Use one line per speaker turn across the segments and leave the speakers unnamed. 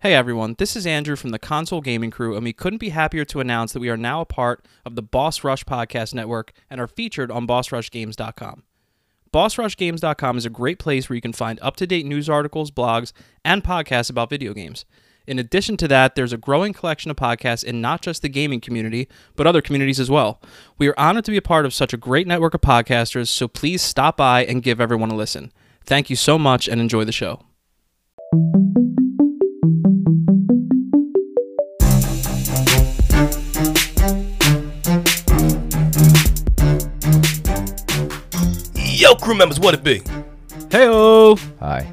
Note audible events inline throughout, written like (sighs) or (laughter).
Hey everyone, this is Andrew from the Console Gaming Crew, and we couldn't be happier to announce that we are now a part of the Boss Rush Podcast Network and are featured on BossRushGames.com. BossRushGames.com is a great place where you can find up to date news articles, blogs, and podcasts about video games. In addition to that, there's a growing collection of podcasts in not just the gaming community, but other communities as well. We are honored to be a part of such a great network of podcasters, so please stop by and give everyone a listen. Thank you so much and enjoy the show.
Yo, crew members, what it be?
Hey
Hi.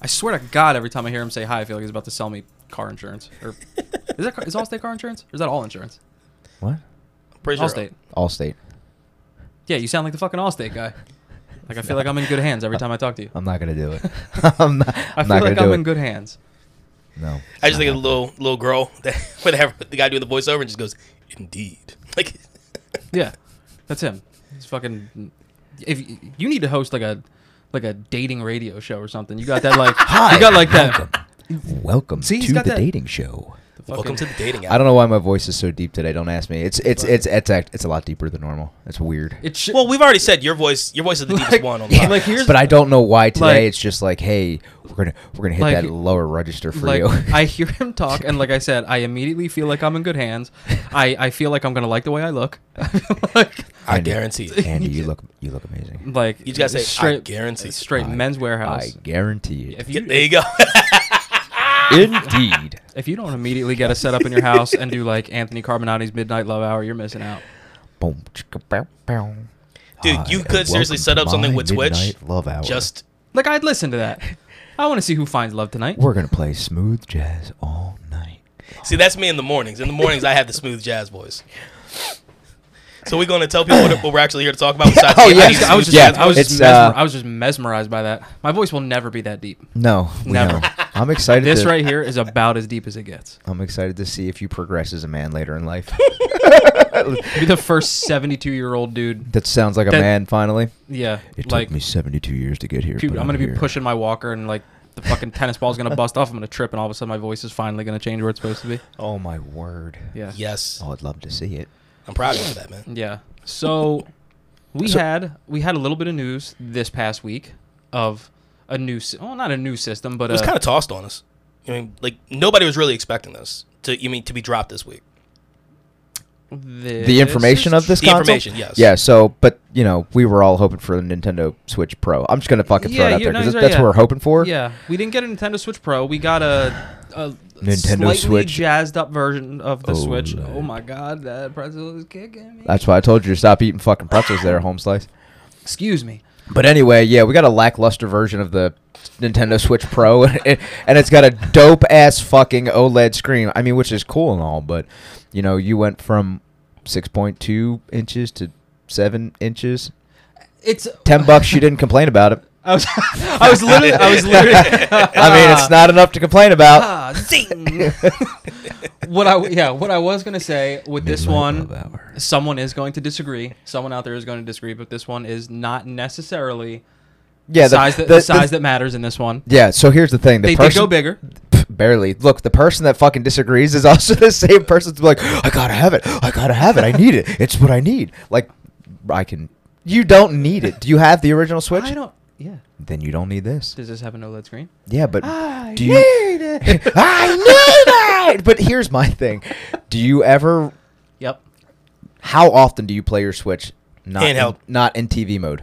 I swear to God, every time I hear him say hi, I feel like he's about to sell me car insurance. Or is that car- is Allstate car insurance? Or is that all insurance?
What?
Pretty sure.
Allstate.
Allstate.
Yeah, you sound like the fucking Allstate guy. Like I feel like I'm in good hands every time I talk to you.
I'm not
(laughs)
gonna do it. (laughs) I'm not.
I feel
I'm
like
not gonna
I'm
do
in
it.
good hands.
No.
I just think of the little little girl that (laughs) where they have the guy doing the voiceover and just goes, "Indeed." (laughs) Like,
Yeah, that's him. He's fucking. If y- you need to host like a like a dating radio show or something, you got that like
(laughs) Hi,
you got like that.
Welcome
See, he's
to the
got that-
dating show.
welcome to the dating app.
I don't know why my voice is so deep today. Don't ask me. It's it's it's it's act, it's a lot deeper than normal. It's weird.
(laughs) It should,
well, we've already said your voice. Your voice is the deepest
Like-
one on
yeah, (laughs)
the
like here's
But I don't know why today.
Like-
it's just like, hey, we're gonna we're gonna hit
Like-
that lower register for
like
you.
(laughs) I hear him talk, and like I said, I immediately feel like I'm in good
(laughs)
hands. I, I feel like I'm gonna like the way I look. (laughs) I feel like
I
Andy,
guarantee
(laughs)
it.
(laughs) Andy, you look you look amazing.
like
You just gotta say, "I
straight
guarantee."
straight
I-
men's
I
warehouse.
guarantee it.
if you
there you go.
Indeed.
if you don't immediately get a setup in your house and do like Anthony Carbonati's Midnight Love Hour, you're missing out.
Boom, chicka, bow, bow.
Dude,
Hi,
you
and
could seriously
welcome
set
to
up something
my
with Twitch.
Midnight
(laughs)
Love hour.
just
Like I'd listen to that. I want to see who finds love tonight.
We're gonna play smooth jazz all night.
see, that's me in the mornings. In the mornings, I have the smooth jazz voice. So we're gonna tell people what, what we're actually here to talk about. Besides
(laughs) Oh,
the-
yeah.
I just- I was just,
Yeah,
I was just
it's,
mesmer-
uh,
I was just mesmerized by that. My voice will never be that deep.
No, we
Never.
know. I'm excited.
This
to,
right here is about as deep as it gets.
I'm excited to see if you progress as a man later in life.
(laughs) Be the first 72 year old dude.
that sounds like a
That-
man finally.
Yeah,
It
like
took me 72 years to get here.
Dude,
but
I'm gonna be
here.
pushing my walker and like the fucking tennis ball's gonna bust off. I'm gonna trip and all of a sudden my voice is finally gonna change where it's supposed to be.
Oh my word!
Yeah.
yes,
Oh, I'd love to see it.
I'm proud of you for that, man.
Yeah. So we
So-
had we had a little bit of news this past week of a new sy- well not a new system but
It was
uh,
kind of tossed on us. I mean, like nobody was really expecting this to. You mean to be dropped this week?
this
The information
is
of this
The
console.
information, yes.
Yeah. So, but you know, we were all hoping for the Nintendo Switch Pro. I'm just gonna fucking throw
Yeah,
it out
you-
there
no,
because
you're right,
that's
yeah.
what we're hoping for.
Yeah, we didn't get a Nintendo Switch Pro. We got a, a
Nintendo
slightly
Switch.
jazzed up version of the Switch.
OLED.
Oh my god, that pretzel is kicking me.
That's why I told you to stop eating fucking pretzels there, home slice.
Excuse me.
But anyway, yeah, we got a lackluster version of the Nintendo Switch Pro, (laughs) and it's got a dope ass fucking OLED screen. I mean, which is cool and all, but you know, you went from 6.2 inches to seven inches.
It's
Ten bucks, you didn't complain about it.
(laughs) I was I was literally I was literally
I mean, it's not enough to complain about.
Ah, zing. what I yeah, what I was gonna say with this one, someone is going to disagree. Someone out there is going to disagree, but this one is not necessarily
yeah, the,
size that, the,
the- the-
size that matters in this one.
Yeah, so here's the thing: the
they did
person
go bigger.
Pff, barely. Look, the person that fucking disagrees is (laughs) also the same person to be like, I gotta have it. I gotta have it. I need it. It's what I need. Like, I can. You don't need it. Do you have the original Switch?
I don't. Yeah.
Then you don't need this.
Does this have an OLED screen?
Yeah, but
I
do you?
need it.
(laughs) I need it. But here's my thing: Do you ever?
Yep.
How often do you play your Switch? Not in,
Handheld.
not in TV mode.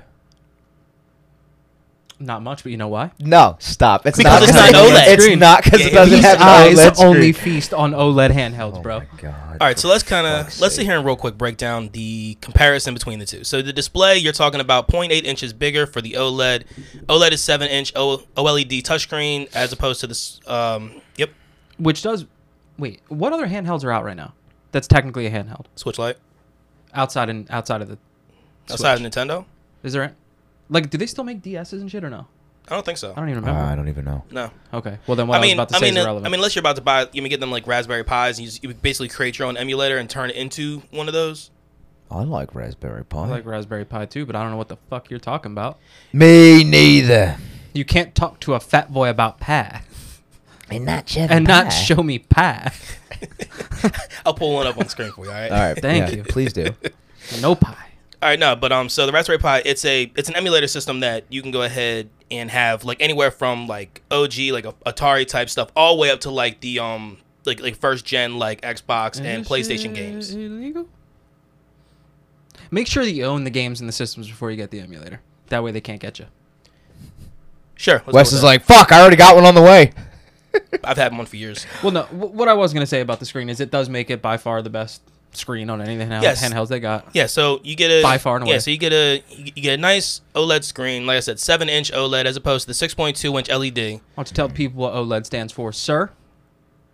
Not much, but you know why?
No, stop. It's
Because
not
it's
because
not
it-
OLED.
It's not because
Yeah,
it doesn't
These
have an
eyes
OLED screen.
only feast on OLED handhelds,
Oh
bro.
my God,
All right, so
for
let's kind of
fuck's
let's sit
sake.
here and real quick break down the comparison between the two. So the display you're talking about 0.8 inches bigger for the E OLED. OLED is seven inch o- OLED touchscreen as opposed to this. Um, yep,
Which does. Wait, what other handhelds are out right now? That's technically a handheld
Switch Lite
outside and outside of the.
outside of Nintendo.
Is there? a- Like, do they still make DSs and shit or no?
I don't think so.
I don't even
Uh,
remember.
I don't even know.
No,
okay. Well, then what I,
I mean,
was about to
I
say
mean,
is
uh,
irrelevant.
I mean, unless you're about to buy, you can get them like Raspberry Pis, and you, just, you would basically create your own emulator and turn it into one of those. (laughs)
I like Raspberry Pi.
I like Raspberry Pi too, but I don't know what the fuck you're talking about.
Me neither.
You can't talk to a fat boy about pie.
And not
(laughs)
Chevy.
and not show me pie.
I'll pull one up on screen for you. All right.
All right.
Thank
yeah,
you.
(laughs)
Please do.
(laughs) No pie.
All right, no, but um, so the Raspberry Pi, it's a it's an emulator system that you can go ahead and have like anywhere from like OG like a, Atari type stuff all the way up to like the um like like first gen like Xbox and PlayStation games.
Illegal? Make sure that you own the games and the systems before you get the emulator. That way they can't get you.
Sure. let's go
Wes
with
is
that.
like, fuck, I already got one on the way. (laughs)
I've had one for years.
Well, no. wh- What I was gonna say about the screen is it does make it by far the best screen on anything now.
Yes.
handhelds they got.
Yeah, so you get a
By far and
yeah,
away.
so you get a you get a nice OLED screen, like I said, seven inch OLED as opposed to the six point two inch E LED.
Why don't you tell people what OLED stands for, sir?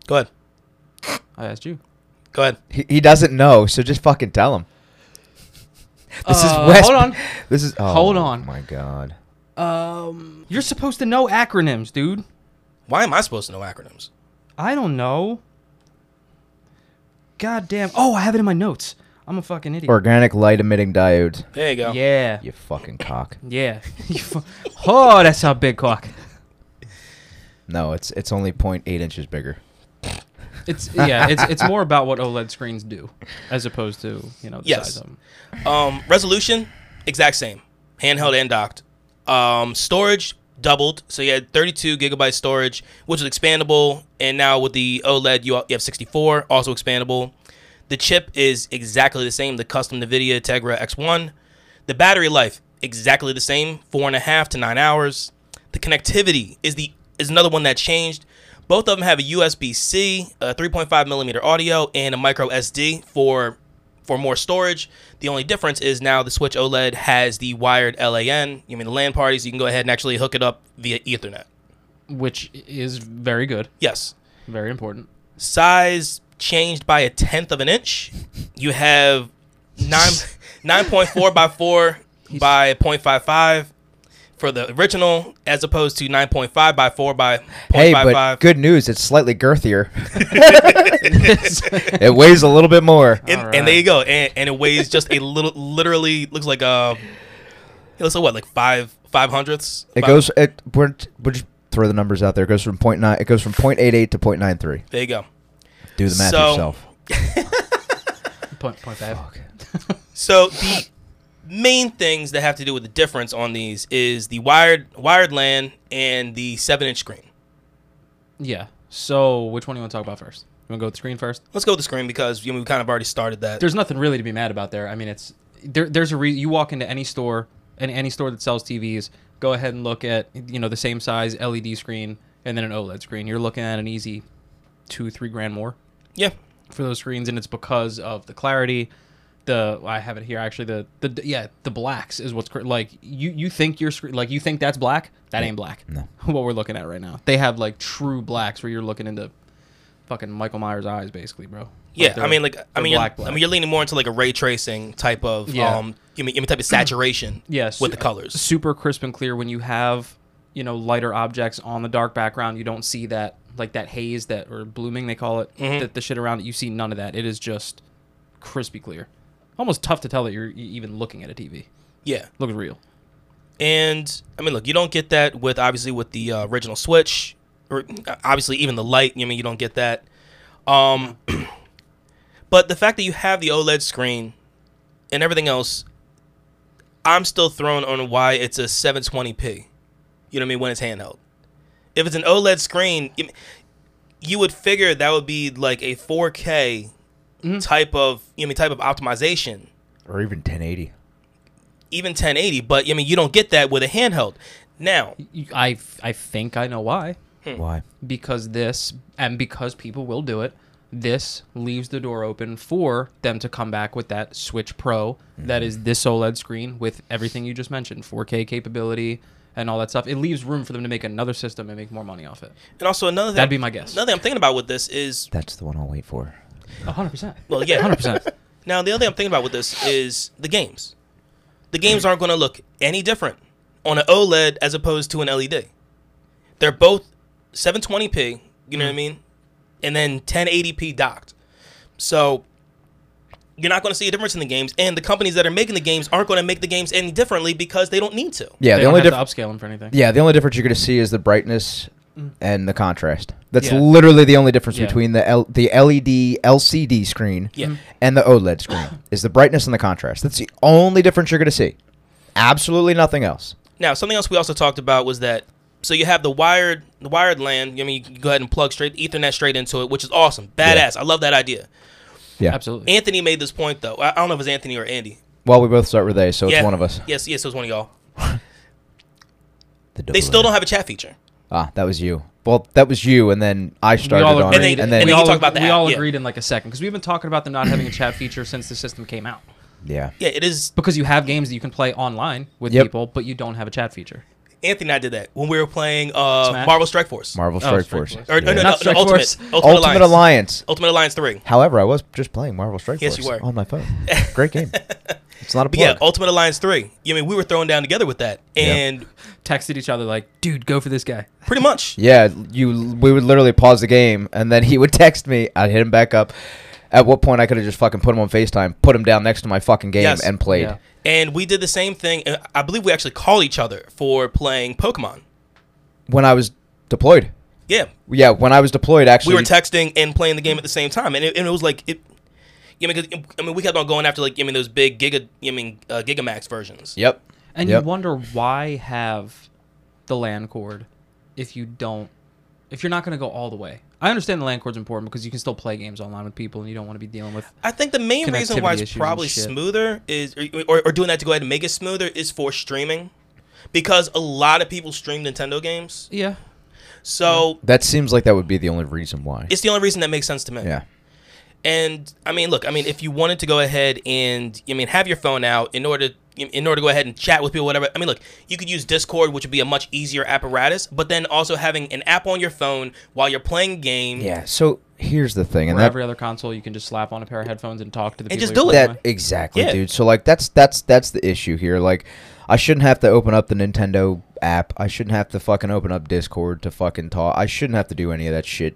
Go ahead,
I asked you.
go ahead.
He, he doesn't know, so just fucking tell him. This
Uh,
is Wes.
Hold on.
(laughs) This is. Oh,
Hold on.
My God.
Um, you're supposed to know acronyms, dude.
Why am I supposed to know acronyms?
I don't know. God damn. Oh, I have it in my notes. I'm a fucking idiot.
Organic light emitting diodes.
There you go.
yeah.
You fucking cock.
Yeah. (laughs) You fu- oh, that's how big cock.
No, it's it's only 0.8 inches bigger.
It's yeah. It's
(laughs)
it's more about what OLED screens do, as opposed to you know the
Yes.
size of them.
Um, resolution, exact same, handheld and docked. Um, storage doubled, so you had 32 gigabyte storage, which is expandable, and now with the OLED, you you have 64, also expandable. The chip is exactly the same, the custom NVIDIA Tegra X1. The battery life, exactly the same, four and a half to nine hours. The connectivity is the is another one that changed. Both of them have a USB-C, a 3.5 millimeter audio, and a micro SD for for more storage. The only difference is now the Switch OLED has the wired LAN. You mean the LAN parties? You can go ahead and actually hook it up via Ethernet.
which is very good,
Yes.
very important.
Size changed by a tenth of an inch. You have
(laughs)
nine nine point four by four by 0.55 for the original, as opposed to nine point five by four by 0.55.
Hey, but good news, it's
(laughs)
slightly girthier. (laughs) it weighs a little bit more.
(laughs) and,
All
and there
right.
you go. And, and it weighs just a little, literally looks like a, it looks like what, like five five hundredths.
It
Five-
goes. It we're, we'll just throw the numbers out there. It goes from point nine. It goes from point eight eight to point nine three.
There you go.
Do the math
So-
yourself.
Point point five. (laughs)
So the main things that have to do with the difference on these is the wired wired LAN and the seven inch screen.
Yeah. So which one do you want to talk about first? You want to go with the screen first?
Let's go with the screen because you know, we kind of already started that.
There's nothing really to be mad about there. I mean, it's there. There's a re- you walk into any store and any store that sells TVs. Go ahead and look at you know the same size LED screen and then an OLED screen. You're looking at an easy two three grand more.
yeah,
for those screens, and it's because of the clarity. The I have it here actually. The the yeah the blacks is what's cr- like you you think your screen like you think that's black that ain't black.
No.
(laughs) what we're looking at right now. They have like true blacks where you're looking into fucking Michael Myers eyes basically, bro. Like,
yeah. I
they're-
mean, like I
they're
mean, you're,
black, black.
I mean, you're leaning more into like a ray tracing type of
Yeah.
um, you mean, you mean type of saturation.
Yes.
with the colors.
super crisp and clear when you have you know lighter objects on the dark background you don't see that like that haze that or blooming they call it
Mm-hmm.
that the shit around it you see none of that it is just crispy clear almost tough to tell that you're e- even looking at a tv
Yeah,
looks real
and I mean, look, you don't get that with obviously with the uh, original Switch, or uh, obviously even the light. You mean you don't get that. Um, (clears throat) but the fact that you have the OLED screen and everything else, I'm still thrown on why it's a 720p. You know what I mean when it's handheld. If it's an OLED screen, you- you would figure that would be like a 4K type of you know, type of optimization
or even 1080.
even 1080, but I mean, you don't get that with a handheld. Now,
You- i f- i think i know why
Why?
because this and because people will do it this leaves the door open for them to come back with that switch pro that is this oled screen with everything you just mentioned 4k capability and all that stuff it leaves room for them to make another system and make more money off it
and also another thing,
That'd be my guess.
Another thing I'm thinking about with this is,
That's the one I'll wait for.
100%
well, yeah,
(laughs) 100%
Now, the other thing I'm thinking about with this is the games. The games aren't going to look any different on an OLED E as opposed to an LED. They're both 720p, you know
Mm.
what I mean? And then 1080p docked. So you're not going to see a difference in the games, and the companies that are making the games aren't going to make the games any differently because they don't need to.
Yeah,
they
the
don't
only
have
difference.
to upscale them for anything Mm.
Yeah, the only difference you're gonna see is the brightness and the contrast. That's
Yeah.
literally the only difference
Yeah.
between the L- the LED LCD screen
Yeah.
Mm-hmm.
Mhm.
and the OLED screen is the brightness and the contrast. That's the only difference you're going to see. Absolutely nothing else.
Now, something else we also talked about was that so you have the wired the wired LAN. I mean, you can go ahead and plug straight Ethernet straight into it, which is awesome, badass. I love that idea.
Yeah.
Absolutely.
Anthony made this point though. I I don't know if it's Anthony or Andy.
Well, we both start with A, so it's one of us.
Yes, yes, it was one of y'all.
(laughs) The
They
double
still
A.
don't have a chat feature.
Ah, that was you. Well, that was you, and then I started
all
on
agreed.
it,
And
and
they-
then
and
we
we
all,
can talk about the
we
app,
all
yeah.
agreed in like a second because we've been talking about them not having a chat feature since the system came out.
yeah,
Yeah, it is.
Because you have games that you can play online with
Yep.
people, but you don't have a chat feature.
Anthony and I did that when we were playing uh,
Smash?
Marvel Strike Force.
Marvel
Oh,
Strike
Strike
Force,
Force.
Or, no,
Yeah.
no,
Not
no,
Strike
Ultimate,
Force.
Ultimate,
Ultimate
Alliance.
Alliance.
Ultimate Alliance 3.
However, I was just playing Marvel Strike
Yes,
Force
you were.
on
(laughs)
my phone. (laughs) Great game. It's not a
But
plug.
yeah, Ultimate Alliance 3. I mean, we were thrown down together with that. And
Texted each other like, dude, go for this guy.
pretty much.
Yeah, you. We would literally pause the game, and then he (laughs) would text me. I'd hit him back up. At what point I could have just fucking put him on Facetime, put him down next to my fucking game,
Yes.
and played.
Yeah.
And we did the same thing. and I believe we actually called each other for playing Pokemon.
When I was deployed.
Yeah.
Yeah, when I was deployed, actually.
We were texting and playing the game at the same time. And it, and it was like, it, you know, because, I mean, we kept on going after, like, I mean, those big Giga, I mean, uh, Gigamax versions.
Yep.
And
Yep.
you wonder why have the land cord if you don't if you're not going to go all the way. I understand the land cord's important because you can still play games online with people and you don't want to be dealing with
I think the main reason
Connectivity
why
issues
it's
and
probably
shit.
smoother is, or, or, or doing that to go ahead and make it smoother, is for streaming. Because a lot of people stream Nintendo games.
Yeah.
So
That seems like that would be the only reason why.
it's the only reason that makes sense to me.
yeah.
And I mean, look, I mean, if you wanted to go ahead and I mean, have your phone out in order in order to go ahead and chat with people, whatever. I mean, look, you could use Discord, which would be a much easier apparatus, but then also having an app on your phone while you're playing a game.
Yeah. So here's the thing, and
Where
that,
every other console you can just slap on a pair of headphones and talk to the
And
people
just
you're
do it.
playing
that
with.
exactly,
Yeah.
dude. So like that's that's that's the issue here. Like I shouldn't have to open up the Nintendo app. I shouldn't have to fucking open up Discord to fucking talk. I shouldn't have to do any of that shit.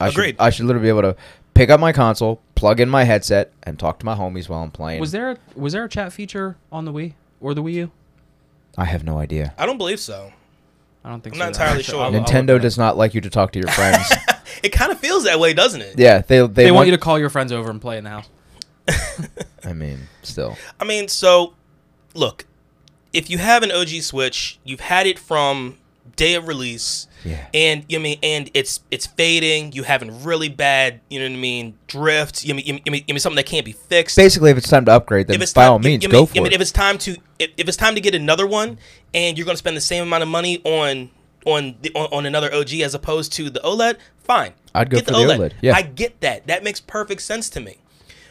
I
Agreed.
should I should literally be able to pick up my console, plug in my headset, and talk to my homies while I'm playing.
Was there a, was there a chat feature on the Wii or the Wii U?
I have no idea.
I don't believe so.
(laughs) I don't think
I'm
so.
not
either.
entirely sure.
I'll- I'll look it
Nintendo
up.
does not like you to talk
(laughs)
to your friends.
It kind of feels that way, doesn't it?
yeah, they they,
They, want, you to call your friends over and play in the house.
I mean, still.
I mean, so look, if you have an OG Switch, you've had it from day of release.
Yeah.
And you know what I mean, and it's it's fading. You having really bad, you know what I mean, drift. You know, what I mean, you know what I mean something that can't be fixed.
Basically, if it's time to upgrade, then
if it's
by
time,
all means,
you, you
go
mean-
for
you mean
it.
If it's time to if, if it's time to get another one, and you're going to spend the same amount of money on on the, on, on another OG as opposed to the OLED, fine.
I'd go for the OLED, yeah.
E I get that. That makes perfect sense to me.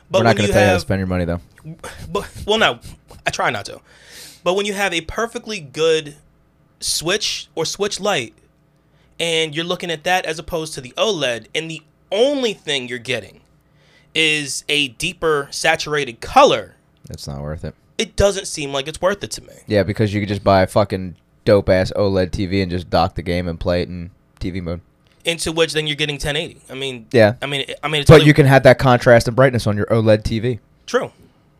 But
We're not
when you
going to tell you how to
have,
spend your money though.
(laughs) but, well, no, I try not to. But when you have a perfectly good Switch or Switch Lite, and you're looking at that as opposed to the OLED, and the only thing you're getting is a deeper saturated color,
It's not worth it.
it doesn't seem like it's worth it to me.
Yeah, because you could just buy a fucking dope ass OLED TV and just dock the game and play it in TV mode.
Into which then you're getting 1080. I mean,
Yeah.
I mean, I mean, it's
But
only-
you can have that contrast and brightness on your E OLED TV.
true.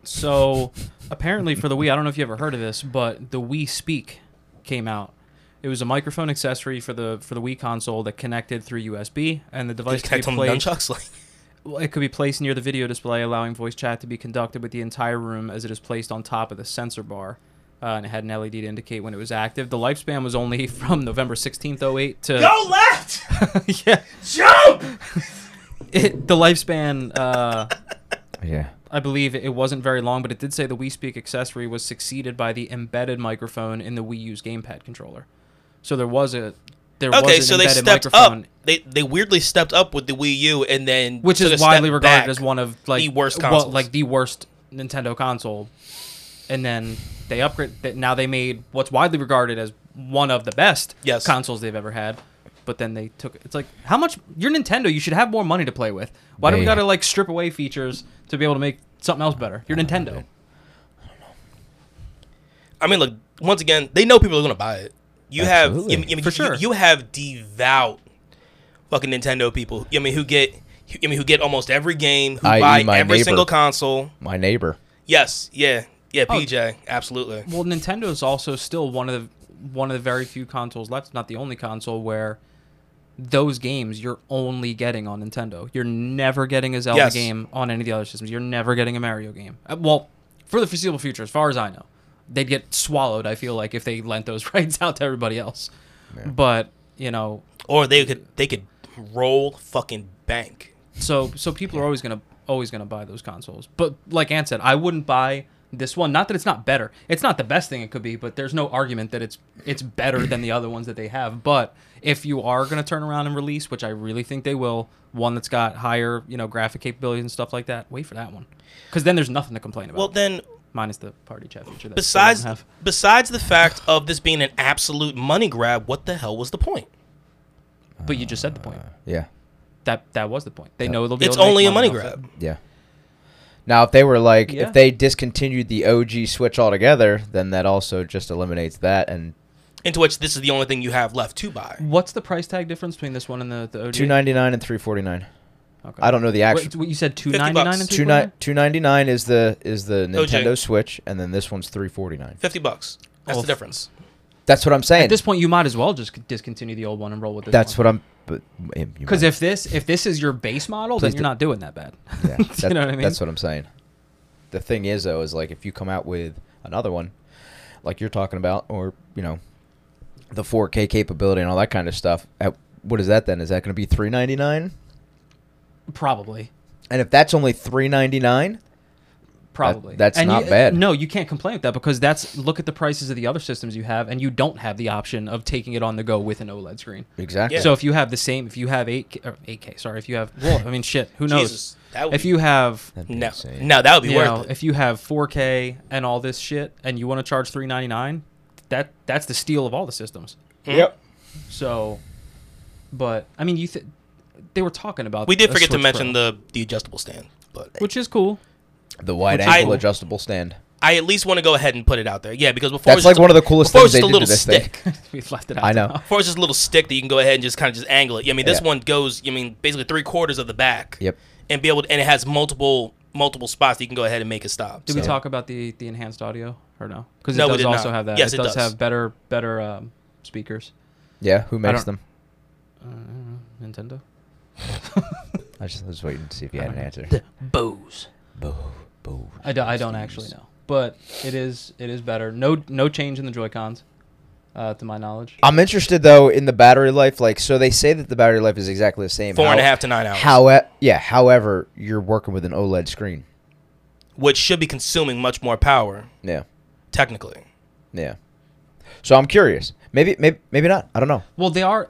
So apparently for the Wii, I don't know if you ever heard of this, but the Wii Speak came out. It was a microphone accessory for the for the Wii console that connected through USB, and the device
Just
could
connect
be
on the
placed.
nunchucks, (laughs) like
well, It could be placed near the video display, allowing voice chat to be conducted with the entire room as it is placed on top of the sensor bar. Uh, and it had an LED to indicate when it was active. The lifespan was only (laughs) from November 16th, 08 to. (laughs)
left, (laughs)
yeah.
jump.
It, the lifespan uh,
Yeah.
I believe it wasn't very long, but it did say the Wii Speak accessory was succeeded by the embedded microphone in the Wii U's gamepad controller. So there was a there was
Okay,
an
so they
embedded
stepped
microphone,
up. They they weirdly stepped up with the Wii U, and then
which
took a
is
step
widely regarded
back.
as one of like
the worst
well,
consoles.
like the worst Nintendo console. And then they upgrade. th- Now they made what's widely regarded as one of the best
Yes.
consoles they've ever had. But then they took. It's like how much your Nintendo. You should have more money to play with. Why do we
They-
got to like strip away features to be able to make something else better? Your Nintendo.
I mean, look, once again, they know people are gonna buy it. You
Absolutely.
have, I mean, you,
For sure.
you, you have devout fucking Nintendo people. I mean, who get, I mean, who get almost every game, who
I.e.
buy
E my
every
neighbor.
single console.
My neighbor.
Yes, yeah, yeah,
Oh.
PJ, absolutely.
Well, Nintendo's also still one of the one of the very few consoles left, not the only console where those games you're only getting on Nintendo. You're never getting a Zelda
Yes.
game on any of the other systems. You're never getting a Mario game. Uh, Well, for the foreseeable future, as far as I know, they'd get swallowed. I feel like if they lent those (laughs) rights out to everybody else, but you know,
Or they could they could roll fucking bank.
so so people are always gonna always gonna buy those consoles. But like Ant said, I wouldn't buy this one. Not that it's not better. It's not the best thing it could be, but there's no argument that it's it's better than the other ones that they have. But if you are gonna turn around and release, which I really think they will, one that's got higher you know graphic capabilities and stuff like that, wait for that one, because then there's nothing to complain about.
Well then
minus the party chat feature. That they
besides
don't have.
besides the fact of this being an absolute money grab, what the hell was the point?
but you just said the point.
Yeah.
That that was the point. They know they'll be.
It's
able to make
only a money
off it.
grab.
Yeah. Now, if they were like,
Yeah.
if they discontinued the OG Switch altogether, then that also just eliminates that. And
Into which this is the only thing you have left to buy.
What's the price tag difference between this one and the the OG?
two ninety nine and three forty nine.
Okay.
I don't know the actual.
Wait, what you said two
50 bucks.
ninety nine and
Two ni- two ninety nine is the is the Nintendo Switch, and then this one's three forty nine.
Fifty bucks. That's
Oof.
the difference.
That's what I'm saying.
At this point, you might as well just discontinue the old one and roll with this.
That's what I'm. But
Because if this if this is your base model, then
Please
you're
do-
not doing that bad.
(laughs)
(laughs)
Yeah,
you know what I mean?
That's what I'm saying. The thing is, though, is like if you come out with another one, like you're talking about, or you know, the 4K capability and all that kind of stuff. At, what is that then? Is that going to be 399?
probably.
And if that's only 399,
Probably.
that's
And
not
you-
bad.
No, you can't complain with that because that's look at the prices of the other systems you have, and you don't have the option of taking it on the go with an OLED screen.
exactly.
Yeah.
So if you have the same, if you have eight K, or eight K, sorry, if you have, well, I mean, shit, who knows?
(laughs) Jesus, that would
if
be-
you have
That'd be
No.
insane.
No, that would be
you know,
worth it.
if you have 4K and all this shit, and you want to charge 3.99, that that's the steal of all the systems.
Yep.
So, but I mean, you th- they were talking about
We did
a
forget to
Switch
mention
Pro,
the the adjustable stand, but
which is cool. (laughs)
The wide
I-
angle adjustable stand.
I at least want to go ahead and put it out there. Yeah, because before it was
That's like
just a-
one of the coolest
before it
things
was
they
just a
did to
little
this thing. (laughs)
stick.
we left it out.
I know.
Before it's just a little stick that you can go ahead and just kind of just angle it. Yeah, I mean, this
Yeah.
one goes. I mean, basically three quarters of the back.
Yep.
And be able to, and it has multiple multiple spots that you can go ahead and make a stop.
Did
so.
we talk about the the enhanced audio or no? Because it
No, we
does
did
also
not.
have that.
Yes,
it,
it
does,
does.
have better better um, speakers.
Yeah. Who makes
don't-
them?
Nintendo.
(laughs) I just was waiting to see if you had an answer.
Bose.
Boo, boo.
I, do, I don't actually
(laughs)
know, but it is it is better. No no change in the Joy Cons, uh, to my knowledge.
I'm interested though in the battery life. Like, so they say that the battery life is exactly the same.
Four
How-
and a half to nine hours,
How, yeah. However, you're working with an OLED screen.
which should be consuming much more power
Yeah,
technically.
yeah. So I'm curious. Maybe, maybe, maybe not. I don't know.
Well, they are.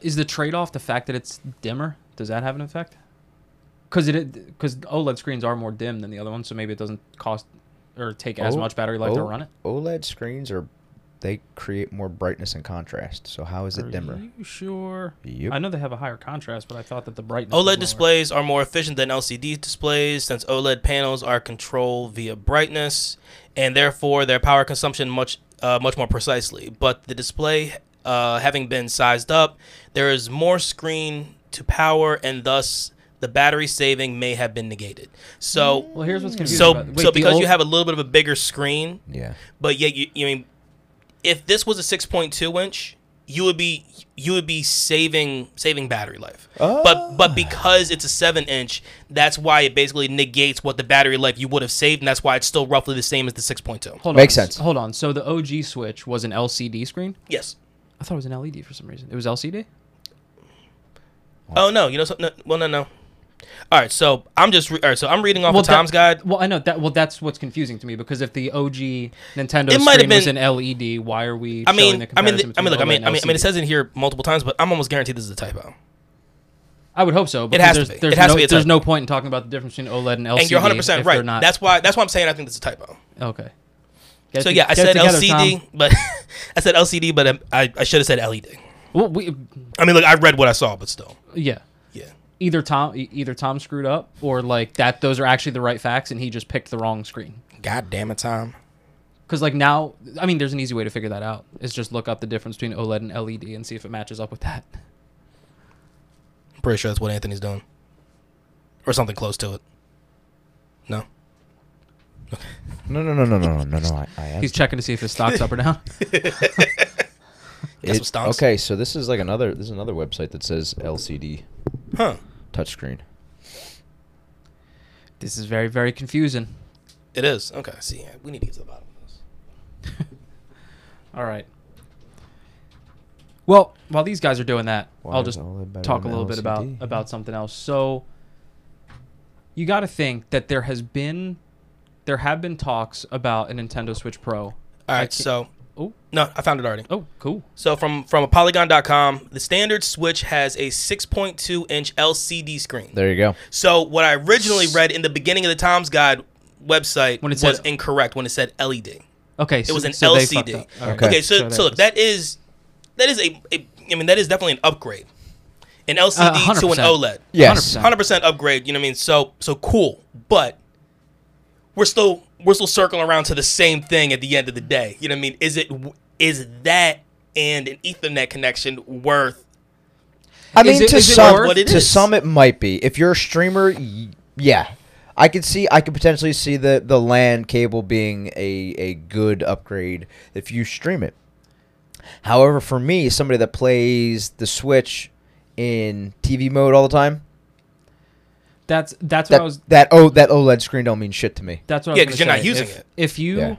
Is the trade off the fact that it's dimmer? Does that have an effect? Because it because OLED screens are more dim than the other ones, so maybe it doesn't cost or take as
O-
much battery life to
Oh, O-
run it.
OLED screens are they create more brightness and contrast. So how is it dimmer?
you sure?
Yep.
I know they have a higher contrast, but I thought that the brightness. was
OLED
lower.
E displays are more efficient than LCD displays since OLED panels are controlled via brightness and therefore their power consumption much uh, much more precisely. But the display uh, having been sized up, there is more screen to power and thus the battery saving may have been negated. So
Well, here's what's confusing.
so
about- wait,
so
the
because
old-
you have a little bit of a bigger screen,
Yeah.
but yet you, you mean if this was a 6.2 inch, you would be you would be saving saving battery life.
Ah.
But but because it's a 7 inch, that's why it basically negates what the battery life you would have saved and that's why it's still roughly the same as the 6.2.
hold
Makes
on,
sense.
Hold on. So the OG Switch was an LCD screen.
Yes.
I thought it was an LED for some reason. It was LCD.
Oh no, you know so, no, well no no. All right, so I'm just re- all right, so I'm reading off of
that-
Tom's guide.
Well, I know that. Well, that's what's confusing to me because if the OG Nintendo
It might have
screen was
been-
an LED, why are we?
I mean,
showing the
I mean,
comparison
I mean, look, I
between OLED
mean, I mean, I mean,
and E
it says in here multiple times, but I'm almost guaranteed this is a typo.
I would hope so. Because
has to
there's,
be.
There's
It has
no,
to be a
There's
type.
no point in talking about the difference between OLED and LCD.
And you're 100%
if
right.
they're not-
That's why that's why I'm saying I think it's a typo.
okay. Get
So
to-
yeah, I
get
said
together,
LCD,
Tom.
but (laughs) I said LCD, but um, I, I should have said LED.
Well, we,
I mean, look, I read what I saw, but still,
yeah.
yeah.
Either Tom, e- either Tom screwed up, or like that. Those are actually the right facts, and he just picked the wrong screen.
God damn it, Tom.
Because like now, I mean, there's an easy way to figure that out. Is just look up the difference between OLED and LED and see if it matches up with that.
I'm pretty sure that's what Anthony's doing, or something close to it. No,
No, no, no, no, no, no, no. no. I, I
(laughs)
am.
He's checking to see if his stock's up or down.
Got some
It-
stonks.
Okay, so this is like another this is another website that says LCD
Huh.
touchscreen.
This is very, very confusing.
It is. Okay. I See, we need to get to the bottom of this.
All right. Well, while these guys are doing that,
Why
I'll
is
just
OLED better
talk a
than
little bit about
LCD?
about something else. So you got to think that there has been there have been talks about a Nintendo Switch Pro.
All
I
right.
can't-
So,
Oh,
no, I found it already.
oh, cool.
So from from Polygon.com, the standard Switch has a 6.2 inch LCD screen.
There you go.
So what I originally read in the beginning of the Tom's Guide website
When it
was
said-
incorrect when it said E LED.
Okay,
It was an
so they fucked
LCD.
up. All right.
Okay.
there
so, so,
it
look,
is.
that is that is a, a I mean that is definitely an upgrade. An
Uh,
LCD to an
100%.
OLED.
Yes.
100%.
Hundred percent upgrade. You know what I mean? So so cool, but we're still we're still circling around to the same thing at the end of the day. You know what I mean? Is it is that and an Ethernet connection worth?
I
Is
mean,
it-
to
is it
some,
worth what it
to
is?
some it might be. If you're a streamer, y- yeah, I could see, I could potentially see the the LAN cable being a a good upgrade if you stream it. However, for me, somebody that plays the Switch in TV mode all the time,
That's that's what
that
I was
that oh that OLED screen don't mean shit to me.
That's what
Yeah,
I was
'cause
gonna
you're not
say.
using
if,
it.
If you,
Yeah.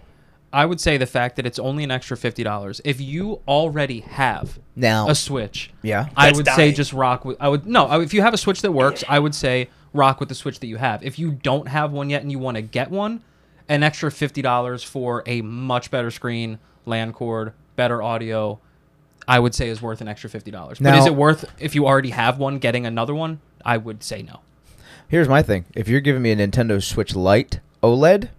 I would say the fact that it's only an extra fifty dollars. If you already have
Now,
a Switch,
yeah,
I
That's
would say
dying.
just rock with. I would no. I, if you have a Switch that works, I would say rock with the Switch that you have. If you don't have one yet and you want to get one, an extra fifty dollars for a much better screen, LAN cord, better audio. I would say is worth an extra fifty dollars. But is
Now-
it worth if you already have one getting another one? I would say no.
here's my thing: if you're giving me a Nintendo Switch Lite E OLED,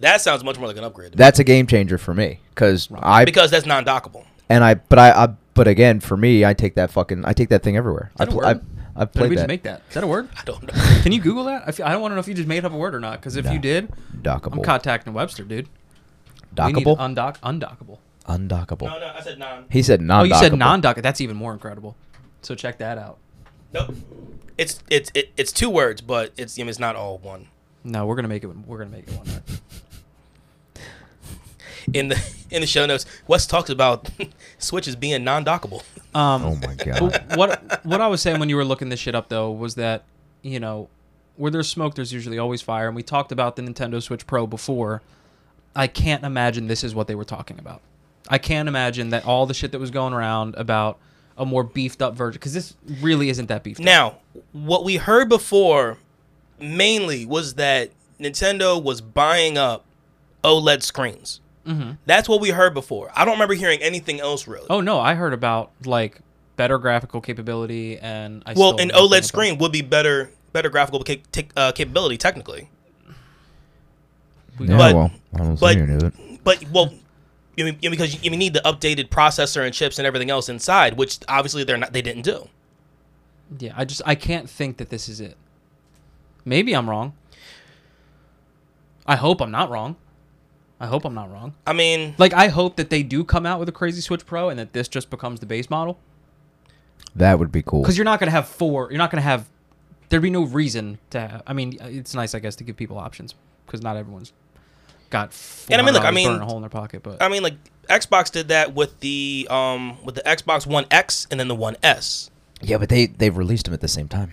That sounds much more like an upgrade. to me.
that's a game changer for me because I
because that's non dockable.
and I but I, I but again for me I take that fucking I take that thing everywhere. I,
that a
pl-
word?
I I
Did we
played
just
that
make that? Is that a word?
I don't know.
Can you Google that? I, feel, I don't want to know if you just made up a word or not. Because if you did, I'm
dockable.
contacting Webster, dude. We need
dockable?
undock, undockable.
undockable.
no, I said non.
He said non.
Oh, you said non-dock. That's even more incredible. So check that out.
Nope. It's it's it, it's two words, but it's you know, it's not all one.
No, we're gonna make it. We're gonna make it one. word.
In the (laughs) in the show notes, Wes talks about (laughs) switches being non-dockable.
Um,
Oh
(laughs)
my god.
what what I was saying when you were looking this shit up though was that you know where there's smoke there's usually always fire and we talked about the Nintendo Switch Pro before. I can't imagine this is what they were talking about. I can't imagine that all the shit that was going around about a more beefed up version because this really isn't that beefed. up.
Now, what we heard before mainly was that Nintendo was buying up OLED screens. That's what we heard before. I don't remember hearing anything else really.
Mm-hmm. Oh no, I heard about like better graphical capability and I
well,
still don't
an
know
OLED
about-
screen would be better better graphical ca- tec- uh, capability technically.
We
Yeah,
got-
But-
well, I don't
but-
see you knew it.
But well, you mean, you mean because you need the updated processor and chips and everything else inside, which obviously they're not. They didn't do.
yeah, I just I can't think that this is it. Maybe I'm wrong. I hope I'm not wrong. I hope I'm not wrong.
I mean,
Like I hope that they do come out with a crazy Switch Pro and that this just becomes the base model
That would be cool.
cuz you're not going to have four, you're not going to have there'd be no reason to have, I mean, uh, it's nice I guess to give people options cuz not everyone's got
And I mean, look, I
$400
mean-
burning a hole in their pocket, but
I mean, like Xbox did that with the um with the Xbox One X and then the One S.
yeah, but they they released them at the same time.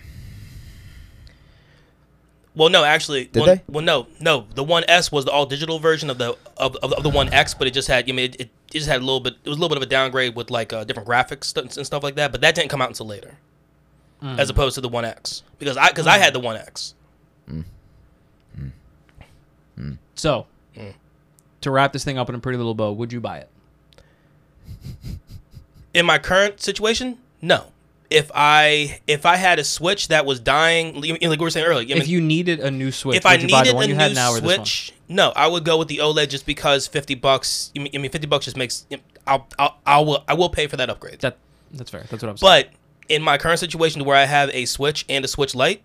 Well, no, actually,
Did
well,
they?
well, no, no. The One S was the all digital version of the of, of, of the One X, but it just had, you mean, it, it just had a little bit. It was a little bit of a downgrade with like uh, different graphics st- and stuff like that. But that didn't come out until later, as opposed to the One X, because I because I had the One X.
Mm. (laughs)
So,
Mm.
to wrap this thing up in a pretty little bow, would you buy it?
In my current situation, no. If I if I had a Switch that was dying, you know, like we were saying earlier, I mean,
if you needed a new Switch,
if
would
I
you buy
needed
the one
a
you had
new
now or this
Switch, no, I would go with the OLED just because fifty bucks. I mean, I mean, fifty bucks just makes. I'll, I'll, I will, I will pay for that upgrade.
one? That that's fair. That's what I'm saying.
but in my current situation, where I have a Switch and a Switch Lite,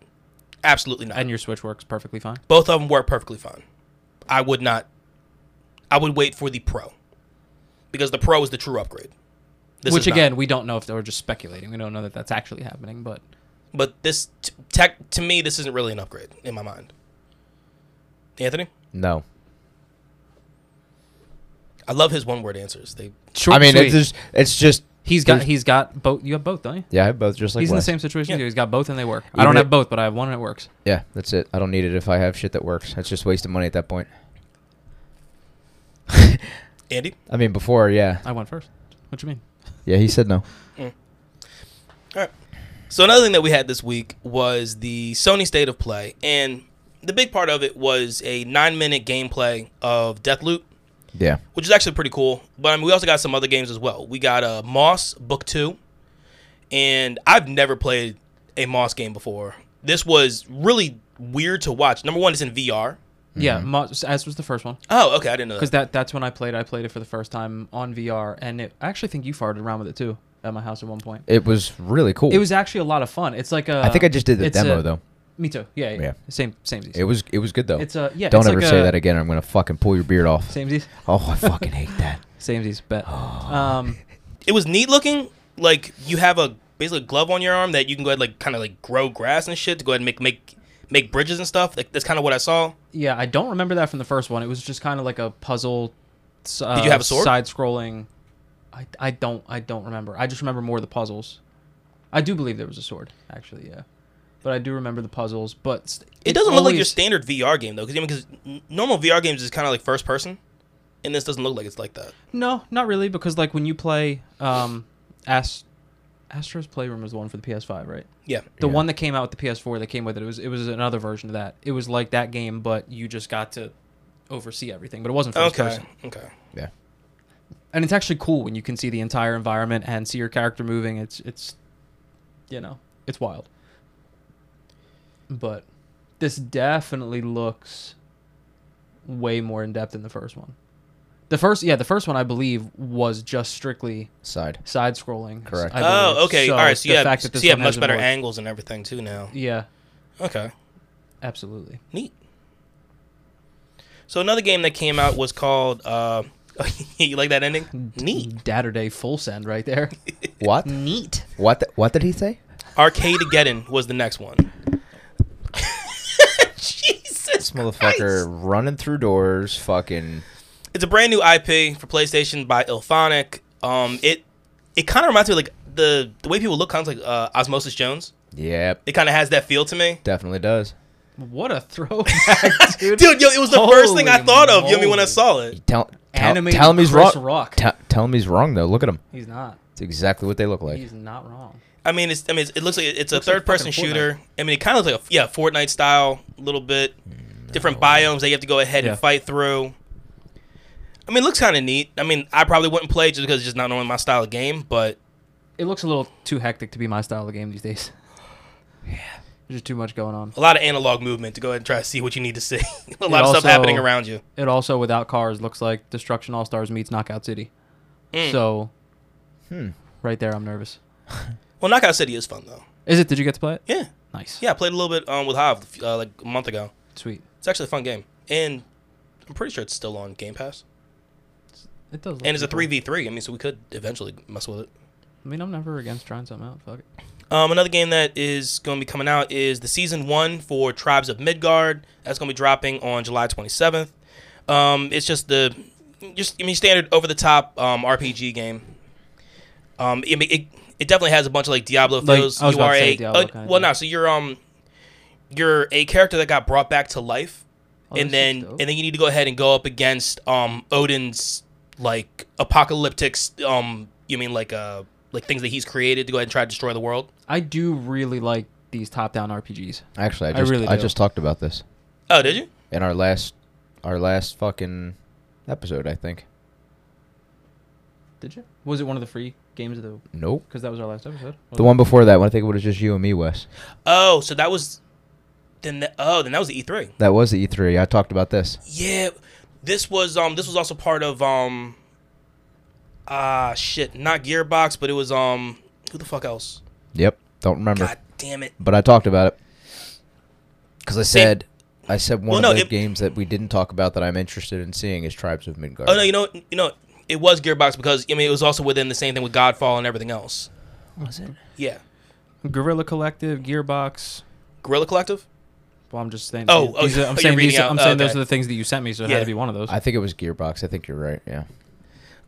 absolutely not.
and your Switch works perfectly fine.
Both of them work perfectly fine. I would not. I would wait for the Pro, because the Pro is the true upgrade. This
Which
is not.
again, we don't know if they were just speculating. We don't know that that's actually happening, but
but this t- tech to me, this isn't really an upgrade in my mind. Anthony,
No.
I love his one word answers. They
Short
I mean,
and
it's
sweet.
just it's just
he's got
there's-
he's got both. You have both, don't you?
yeah, both just like
he's in the
Wes.
same situation.
Yeah.
as you. He's got both and they work. I
Even
don't
if-
have both, but I have one and it works.
Yeah, that's it. I don't need it if I have shit that works. That's just wasting money at that point. (laughs)
Andy.
I mean, before, yeah,
I went first. What you mean?
yeah, he said no.
All right. So another thing that we had this week was the Sony State of Play, and the big part of it was a nine-minute gameplay of Deathloop,
Yeah,
which is actually pretty cool. But I mean, we also got some other games as well. We got uh, Moss Book Two, and I've never played a Moss game before. This was really weird to watch. Number one, it's in VR.
Mm-hmm.
Yeah, mo- as was the first one.
Oh, okay, I didn't know
Because
that.
that that's when I played. I played it for the first time on VR, and it, I actually think you farted around with it too at my house at one point.
it was really cool.
It was actually a lot of fun. It's like a.
I think I just did the
it's
demo
a-
though.
Me too. Yeah. Yeah.
Yeah.
Same. Samesies.
It was it was good though.
It's a- yeah,
Don't
it's
ever
like
say
a-
that again. or I'm gonna fucking pull your beard off.
Samesies.
Oh, I fucking hate that.
Samesies.
(sighs)
Bet. Um.
It was neat looking. Like you have a basically a glove on your arm that you can go ahead and, like kind of like grow grass and shit to go ahead and make make make bridges and stuff. Like that's kind of what I saw.
Yeah, I don't remember that from the first one. It was just kind of like a puzzle. s- Uh,
Did you have a sword?
Side-scrolling. I, I don't I don't remember. I just remember more of the puzzles. I do believe there was a sword actually. Yeah, but I do remember the puzzles. But s-
It, doesn't look like your
always-
standard VR game though, because I mean, 'cause n- normal VR games is kind of like first person, and this doesn't look like it's like that.
No, not really, because like when you play, um, Ast- Astro's Playroom was the one for the PS5, right?
Yeah,
The
Yeah.
one that came out with the PS4 that came with it, it was it was another version of that. It was like that game, but you just got to oversee everything. But it wasn't first
Oh, okay,
person.
okay.
(laughs) Yeah.
and it's actually cool when you can see the entire environment and see your character moving. It's it's, you know, it's wild. But this definitely looks way more in depth than the first one. The first, yeah, the first one I believe was just strictly
Side.
side scrolling.
Correct.
Oh, okay, all right. So you
the
have,
fact
so
that this
you have
one has
much
a
better
more-
angles and everything too now.
Yeah,
Okay,
absolutely.
neat. So another game that came out was called. Uh, (laughs) you like that ending? Neat.
Datterday full send right
(laughs)
there.
What?
Neat.
What? The, what did he say?
Arcade Geddon was the
(laughs)
next one. Jesus,
This motherfucker running through doors, fucking.
it's a brand new IP for PlayStation by Ilphonic. Um, it it kind of reminds me of, like the the way people look kind of like uh, Osmosis Jones.
Yep,
It kind of has that feel to me.
definitely does.
What a
(laughs)
throwback, dude.
Dude, yo, it was the first thing I
Holy
thought of. You know me when I
moly.
saw it.
Tell tell,
Animated
tell him he's
Chris
wrong.
Rock.
Tell, tell him he's wrong though. Look at him.
He's not.
It's exactly what they look like.
He's not wrong.
I mean, it's I mean, it's- it looks like it's a
Looks like
third person
fucking Fortnite.
shooter. I mean, it kind of looks like a yeah Fortnite style a little bit. Different biomes that you have to go ahead
Mm, Yeah.
and fight through. I mean, it looks kind of neat. I mean, I probably wouldn't play it just because it's just not knowing my style of game, but
It looks a little too hectic to be my style of game these
(sighs)
days. Yeah. There's just too much going on.
a lot of analog movement to go ahead and try to see what you need to see. (laughs) a lot
It
of stuff
also-
happening around you.
It also, without cars, looks like Destruction All Stars meets Knockout City.
Mm.
So,
Hmm.
right there, I'm nervous.
Well, Knockout City is fun though.
Is it? Did you get to play it?
Yeah,
Nice.
yeah, I played a little bit um, with Hive uh, like a month ago.
Sweet.
It's actually a fun game, and I'm pretty sure it's still on Game Pass.
It does. Look
And it's a
pretty
three v three. I mean, so we could eventually mess with it.
cool. I mean, I'm never against trying something out. Fuck it.
Um, another game that is going to be coming out is the season one for Tribes of Midgard. That's going to be dropping on July 27th. Um, it's just the just I mean standard over the top um, RPG game. Um, it, it it definitely has a bunch of like Diablo
Like,
feels.
I was
you
about
are
to say
a
Diablo
uh,
kinda
well,
thing.
no, so you're um you're a character that got brought back to life,
Oh,
and
this
then
looks
and
dope.
then you need to go ahead and go up against um Odin's like apocalyptic um you mean like uh like things that he's created to go ahead and try to destroy the world.
I do really like these top-down RPGs.
Actually,
I
I just I,
really do.
just talked about this
Oh, did you?
in our last our last fucking episode. I think.
Did you? Was it one of the free games of the?
Nope.
Because that was our last episode.
The one before that, one I think it was just you and me, Wes.
Oh, so that was then. The, oh, then that was the E three.
That was the E3. I talked about this.
Yeah, this was um this was also part of um ah shit not Gearbox but it was um who the fuck else?
Yep. Don't remember,
God damn it!
but I talked about it because I
Same-
said I said one
Well, no,
of the
it-
games that we didn't talk about that I'm interested in seeing is Tribes of Midgard.
Oh no, you know what- you know what? it was Gearbox because I mean it was also within the same thing with Godfall and everything else.
was it?
Yeah,
Guerrilla Collective, Gearbox.
Gorilla Collective.
Well, I'm just saying.
Oh, (laughs) oh,
these are-
you're
I'm saying, these,
reading
are-
out.
I'm
Oh,
saying
okay.
those are the things that you sent me, so it
Yeah.
had to be one of those.
I think it was Gearbox. I think you're right. Yeah.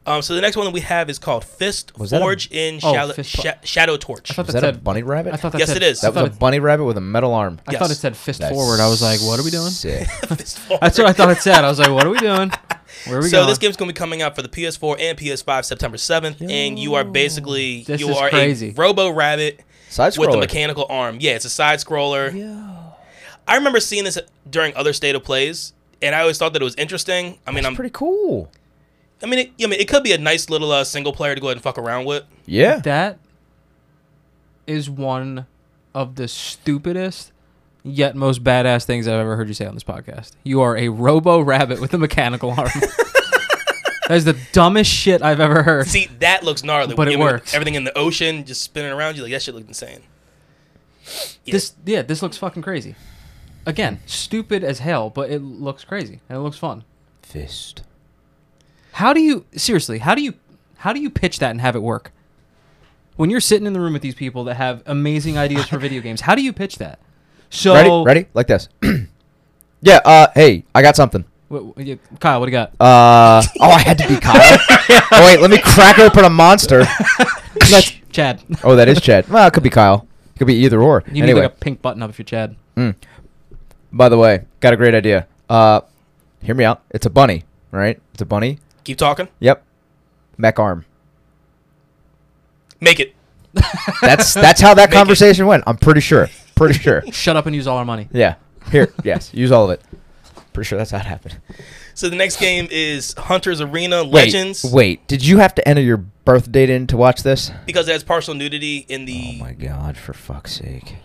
Um, so the next one that we have is called Fist
Was that a-
Forge in
Oh,
Shallow-
Fist
Sha-
Fu-
Shadow Torch.
I thought
Was
that,
that a
said.
bunny rabbit?
I thought that
Yes,
said,
it is.
I
that was
thought
a
it,
bunny rabbit with a metal arm.
I thought it
Yes.
said fist
That's
forward. I was like, what are we doing?
(laughs)
sick. (laughs)
Fist Forge.
That's what I thought it said. I was like, what are we doing? Where are we
so
going?
this game's gonna be coming out for the PS4 and PS5 September 7th, and you are basically
This
you
is
are
crazy.
a Robo Rabbit
Side
with a
scroller.
mechanical arm. Yeah, it's a side scroller. I remember seeing this during other state of plays, and I always thought that it was interesting. I mean, I'm,
pretty cool.
I mean, it, I mean, it could be a nice little uh, single player to go ahead and fuck around with.
Yeah.
That is one of the stupidest yet most badass things I've ever heard you say on this podcast. You are a robo rabbit with a mechanical
(laughs)
arm. that is the dumbest shit I've ever heard.
See, that looks gnarly.
But it
I mean,
works.
Everything in the ocean just spinning around you, like that shit looked insane. Yeah.
This yeah, this looks fucking crazy. Again, stupid as hell, but it looks crazy and it looks fun.
Fist.
How do you seriously? How do you how do you pitch that and have it work? When you're sitting in the room with these people that have amazing ideas for video games, how do you pitch that? So
ready? Ready? Like this. yeah. Uh. Hey, I got something.
Wh- wh- yeah, Kyle, what do you got?
Uh. Oh, I had to be Kyle. Oh wait, let me crack open a monster.
That's Chad.
Oh, that is Chad. Well, it could be Kyle. It could be either or.
(laughs) You need
anyway,
like a pink button up if you're Chad.
Mm. By the way, got a great idea. Uh, hear me out. It's a bunny, right? It's a bunny.
Keep talking.
Yep. Mech arm.
Make it.
That's that's how that
Make it.
conversation went. I'm pretty sure. Pretty sure.
Shut up and use all our money.
Yeah. Here. Yes. Use all of it. Pretty sure that's how it happened.
So the next game is Hunter's Arena
Wait,
Legends
Wait. Did you have to enter your birth date in to watch this?
because it has partial nudity in
Oh
the.
my god! For fuck's sake.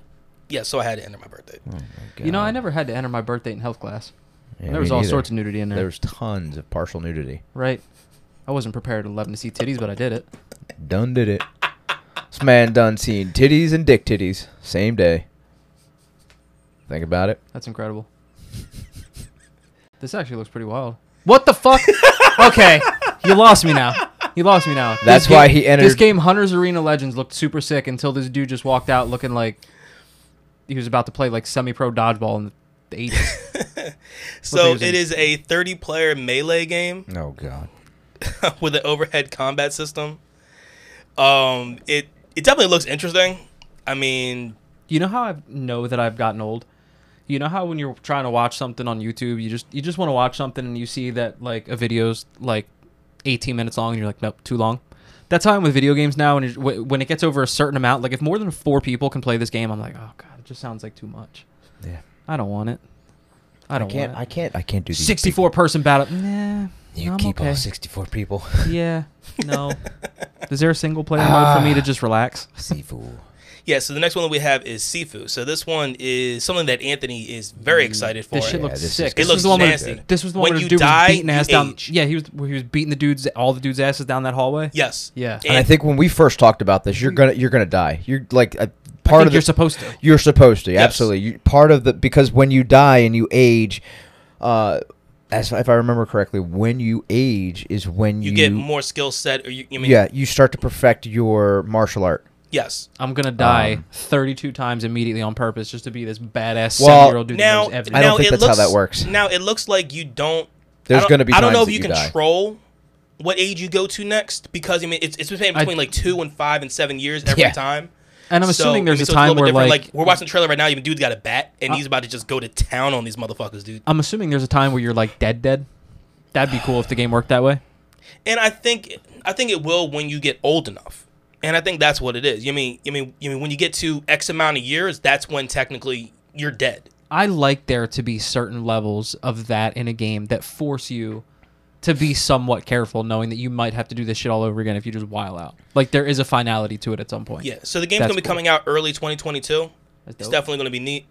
yeah, so I had to enter my birthday.
Oh my god.
You know, I never had to enter my birth date in health class.
Yeah,
there was
me
all
neither.
sorts of nudity in there.
There was tons of partial nudity.
right. I wasn't prepared at 11 to see titties, but I did it.
Done did it. This man done seen titties and dick titties same day. Think about it.
That's incredible. this actually looks pretty wild. What the
(laughs)
fuck? okay, you lost me now. You lost me now. This
That's why he
This
entered-
game, Hunter's Arena Legends, looked super sick until this dude just walked out looking like he was about to play like semi-pro dodgeball in the 80s.
So
they was
it
in-
is a 30 player melee game
Oh god.
(laughs)
Mm.
with an overhead combat system. Um, it it definitely looks interesting. I mean,
you know how I know that I've gotten old? You know how when you're trying to watch something on YouTube, you just you just want to watch something and you see that like a video's like 18 minutes long and you're like, nope, too long. That's how I'm with video games now. And it- wh- when it gets over a certain amount, like if more than four people can play this game, I'm like, oh god, it just sounds like too much.
Yeah.
I don't want it. I
I
don't
can't.
want
I
it.
can't. I can't do these.
64 person battle. Nah,
people. You
I'm
keep
okay.
all sixty-four
(laughs)
people.
Yeah,
(laughs)
no. Is there a single player mode for me to just relax?
Seafood.
yeah, so the next one that we have is Sifu. So this one is something that Anthony is
Mm.
very excited for.
This shit
Yeah,
looks
this is
sick.
good.
This
It
was
looks
the one where-
nasty.
this was the one
When
where the
you
dude
die,
was beating ass
you
down.
age.
Yeah, he was where he was beating the dudes, all the dudes' asses down that hallway.
Yes.
Yeah.
And I
And-
think when we first talked about this, you're gonna you're gonna die. You're like a
I
part
think
of
you're
the,
supposed to.
You're supposed to,
Yes.
absolutely. You, part of the because when you die and you age, uh, as if I remember correctly, when you age is when you,
you, get more skill set or you, you mean
yeah, you start to perfect your martial art.
yes
I'm gonna die
Um,
32 times immediately on purpose just to be this badass
Well,
seven-year-old dude.
now,
that knows everything.
I
now
don't think
it
that's how
looks,
that works.
now it looks like you don't
There's
I don't-
gonna be
i don't know
times
if you,
that you die.
control what age you go to next because i mean it's, it's between
I-
between like two and five and seven years every
Yeah.
time
and I'm
So,
assuming
I
there's
mean, so
a
it's
time
little bit
where
different.
like, Uh,
we're watching the trailer right now even dude's got a bat and
I-
he's about to just go to town on these motherfuckers dude
I'm assuming there's a time where you're like dead, dead. That'd be cool if the game worked that way.
and i think i think it will when you get old enough and i think that's what it is you mean you mean you mean when you get to x amount of years that's when technically you're dead
I like there to be certain levels of that in a game that force you to be somewhat careful, knowing that you might have to do this shit all over again if you just while out. Like there is a finality to it at some point.
yeah so the game's
That's
gonna be
cool.
coming out early 2022
That's
It's
dope.
definitely going to be neat.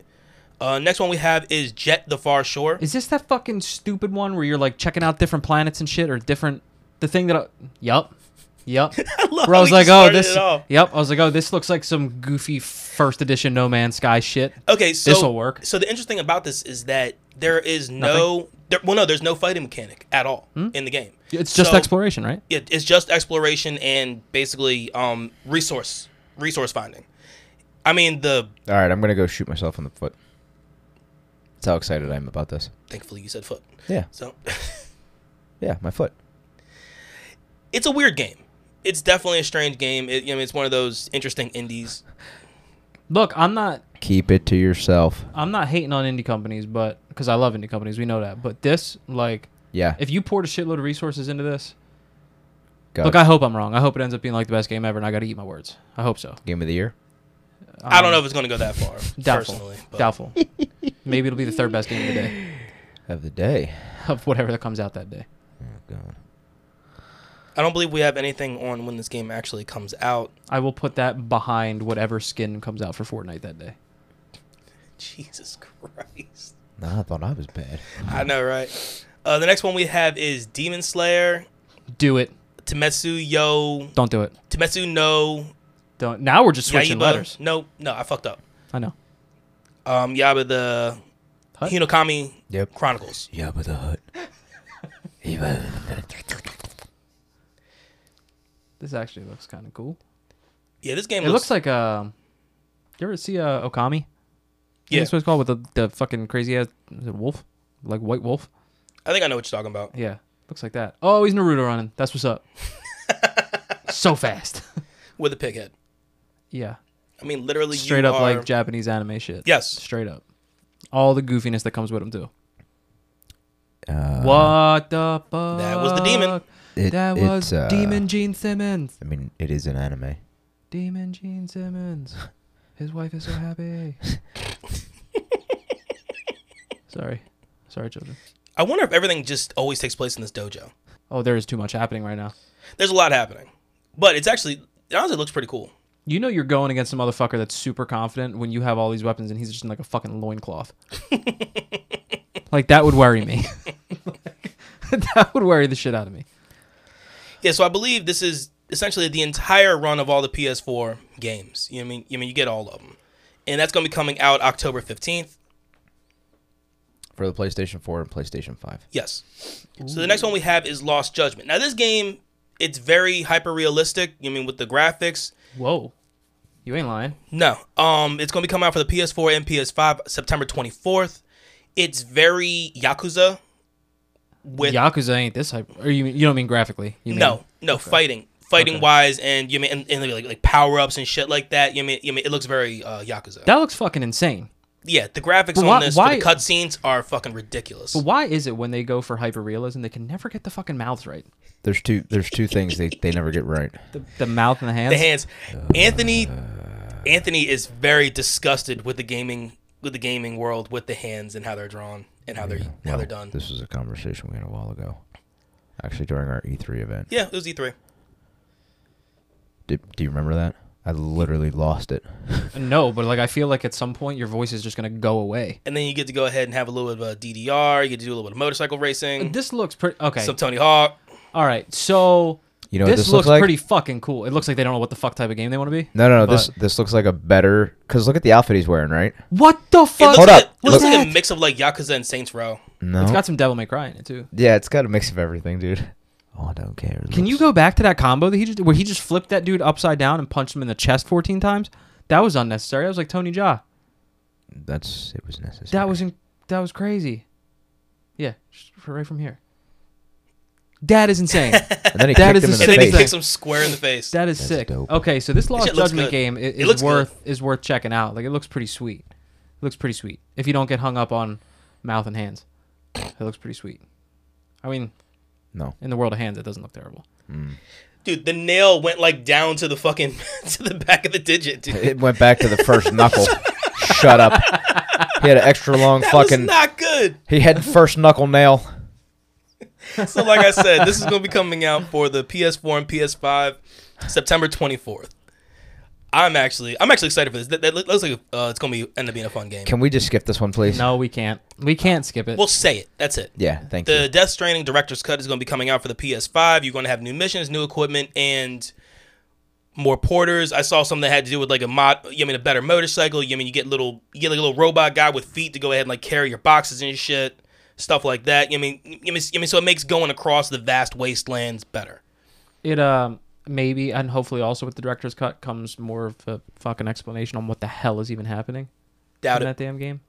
Uh, next one we have is Jet the Far Shore.
Is this that fucking stupid one where you're like checking out different planets and shit or different the thing that I, Yup.
(laughs)
Yup.
love
Where I
how
was
he
like, oh,
started
this
it off.
Yep, I was like, oh, this looks like some goofy first edition No Man's Sky shit.
Okay, so
This'll work.
So the interesting about this is that there is no, there, well, no, there's no fighting mechanic at all in the game.
Hmm? It's just
So,
exploration, right?
yeah, it's just exploration and basically um, resource resource finding. I mean, the
All right, I'm gonna go shoot myself in the foot. That's how excited I am about this.
thankfully you said foot.
Yeah,
So
yeah, my foot.
(laughs) it's a weird game. It's definitely a strange game. It, you know, I mean, it's one of those interesting indies.
Look, I'm not
Keep it to yourself.
I'm not hating on indie companies, but because I love indie companies, we know that. But this, like,
Yeah.
if you poured a shitload of resources into this,
Got
look,
it.
I hope I'm wrong. I hope it ends up being like the best game ever, and I got to eat my words. I hope so.
Game of the year.
I don't
Um,
know if it's going to go that far.
(laughs) Doubtful.
Personally, but
(laughs)
Doubtful. Maybe it'll be the third best game of the day
of the day.
(laughs) of whatever that comes out that day.
Oh, God.
I don't believe we have anything on when this game actually comes out.
I will put that behind whatever skin comes out for Fortnite that day.
Jesus Christ.
Nah, I thought I was bad.
I know, right? Uh, the next one we have is Demon Slayer,
Do it.
Temetsu Yo,
Don't do it.
Temetsu No,
Don't. Now we're just switching
Yaiba.
letters.
No, no, I fucked up.
I know.
Um, Yaba the
Hut?
Hinokami
Yep.
Chronicles.
Yeah, but the hut.
This actually looks kind of cool.
Yeah, this game
It looks like um. You ever see uh, Okami?
Yeah.
That's what it's called with the, the fucking crazy ass is it wolf, like white wolf.
I think I know what you're talking about.
Yeah, looks like that. Oh, he's Naruto running. That's what's
(laughs)
up. so fast. (laughs)
With a pig head.
yeah,
I mean, literally, you
straight up
are-
like Japanese anime shit.
yes.
straight up. All the goofiness that comes with him too.
Uh,
what the fuck?
That was the demon.
It,
that
it's,
was
uh,
Demon Gene Simmons.
I mean, it is an anime.
Demon Gene Simmons. His wife is so
(laughs)
happy. Sorry. Sorry, children.
I wonder if everything just always takes place in this dojo.
Oh, there is too much happening right now.
There's a lot happening, but it's actually it honestly looks pretty cool.
You know you're going against a motherfucker that's super confident when you have all these weapons and he's just in like a fucking
(laughs)
loincloth. like that would worry me. (laughs) that would worry the shit out of me.
Yeah, so I believe this is essentially the entire run of all the PS4 games. You know what I mean? You mean you get all of them, and that's going to be coming out October 15th.
For the PlayStation 4 and PlayStation 5.
Yes. So the next one we have is Lost Judgment. Now this game, it's very hyper realistic. You know what I mean with the graphics?
Whoa. You ain't lying.
No. Um, it's going to be coming out for the PS4 and PS5 September 24th. It's very Yakuza with
Yakuza ain't this hype. Or you mean, you don't mean graphically? You mean,
No, no, fighting, fighting
Okay.
wise, and you mean and, and like, like power ups and shit like that. You mean you mean it looks very uh, yakuza.
That looks fucking insane.
yeah, the graphics
But
on
why-
this
why-
for the cutscenes are fucking ridiculous.
But why is it when they go for hyper realism they can never get the fucking mouths right?
There's two There's two things they, they never
(laughs)
get right.
The, the mouth and the hands.
the hands, Anthony, Anthony is very disgusted with the gaming with the gaming world with the hands and how they're drawn and how they're how they're done.
This was a conversation we had a while ago. Actually, during our E3 event.
Yeah, it was E three.
Did, do you remember that? I literally lost it.
No, but like I feel like at some point your voice is just gonna go away.
And then you get to go ahead and have a little bit of uh, DDR. You get to do a little bit of motorcycle racing,
This looks pretty okay.
some Tony Hawk.
All right, so
You know what
this,
this
looks
looks like?
pretty fucking cool. It looks like they don't know what the fuck type of game they want to be.
No, no, no. This this looks like a better. Because look at the outfit he's wearing, right?
What the
It
fuck?
looks
Hold
like
up,
A, it looks
look-
like a mix of like Yakuza and Saints Row.
No.
It's got some Devil May Cry in it too.
yeah, it's got a mix of everything, dude. Oh, I don't care.
Can you go back to that combo that he just where he just flipped that dude upside down and punched him in the chest 14 times? That was unnecessary. I was like Tony Jaa.
That's. It was necessary.
That was in, that was crazy. Yeah, sh- right from here. That is insane.
(laughs)
that
And then
(laughs)
he
That
kicked
is
him
a
And then
in the
he
sick
face.
kicks him square in the face.
is
That's
sick.
dope.
Okay, so this Lost
shit looks
Judgment
good.
game i-
It
is,
looks good.
worth is worth checking out. Like it looks pretty sweet. It looks pretty sweet. If you don't get hung up on mouth and hands, it looks pretty sweet. I mean,
No.
in the world of hands, it doesn't look
(laughs)
terrible.
Dude, the nail went like down to the fucking (laughs) to the back of the digit, dude.
It went back to the
(laughs)
first knuckle. Shut up. He had an extra long
That
fucking.
was not good.
he had first knuckle nail.
So, like I said, this is going to be coming out for the PS4 and PS5, September 24th. I'm actually, I'm actually excited for this. That, that looks like uh, it's going to be end up being a fun game.
Can we just skip this one, please?
No, we can't. We can't skip it.
We'll say it. That's it.
Yeah, thank
The
you.
Death Stranding Director's Cut is going to be coming out for the PS5. You're going to have new missions, new equipment, and more porters. I saw something that had to do with like a mod. You mean a better motorcycle? You mean you get little, you get like a little robot guy with feet to go ahead and like carry your boxes and shit, stuff like that. You mean, you mean, you mean so it makes going across the vast wastelands better.
it um maybe and hopefully also with the director's cut comes more of a fucking explanation on what the hell is even happening
Doubt
in
it.
that damn game.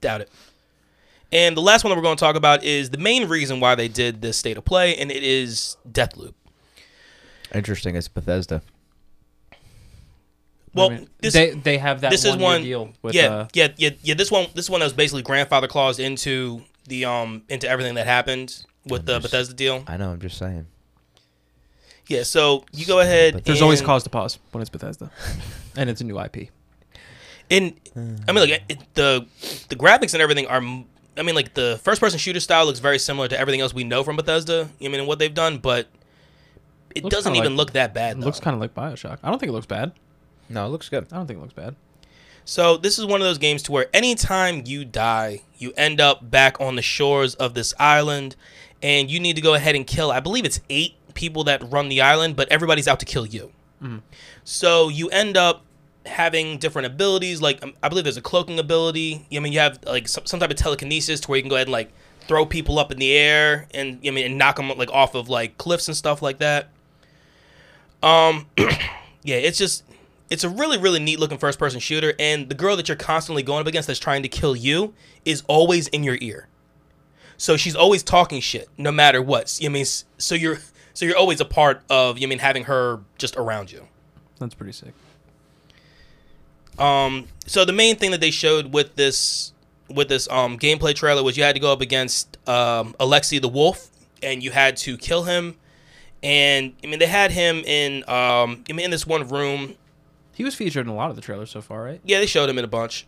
Doubt it. And the last one that we're going to talk about is the main reason why they did this state of play, and it is Deathloop.
Interesting. It's Bethesda.
Well,
I mean,
this
they they have that
this is
one,
one
deal with
yeah,
uh,
yeah, yeah, yeah. This one, this one was basically grandfather clause into the um into everything that happened with the Bethesda deal.
I know. I'm just saying.
Yeah, so you go ahead.
But
there's always
and-
cause to pause when it's
(laughs)
Bethesda, and it's a new IP.
And I mean, like it, the the graphics and everything are. m- I mean, like the first person shooter style looks very similar to everything else we know from Bethesda. I mean, and what they've done, but it
Looks
doesn't
kinda
even
like-
look that bad.
It
Though.
looks kind of like Bioshock. I don't think it looks bad.
No, it looks good.
I don't think it looks bad.
So this is one of those games to where anytime you die, you end up back on the shores of this island, and you need to go ahead and kill. I believe it's eight people that run the island, but everybody's out to kill you. So you end up having different abilities. Like um, I believe there's a cloaking ability. I mean, you have like some, some type of telekinesis to where you can go ahead and like throw people up in the air and I mean and knock them like off of like cliffs and stuff like that. Um, yeah, it's just it's a really really neat looking first person shooter, and the girl that you're constantly going up against that's trying to kill you is always in your ear. So she's always talking shit, no matter what. You mean s- so you're so you're always a part of you mean having her just around you.
That's pretty sick.
Um, so the main thing that they showed with this with this um, gameplay trailer was you had to go up against um, Alexei the Wolf, and you had to kill him. And I mean, they had him in um, I mean, in this one room.
He was featured in a lot of the trailers so far, right?
Yeah, they showed him in a bunch.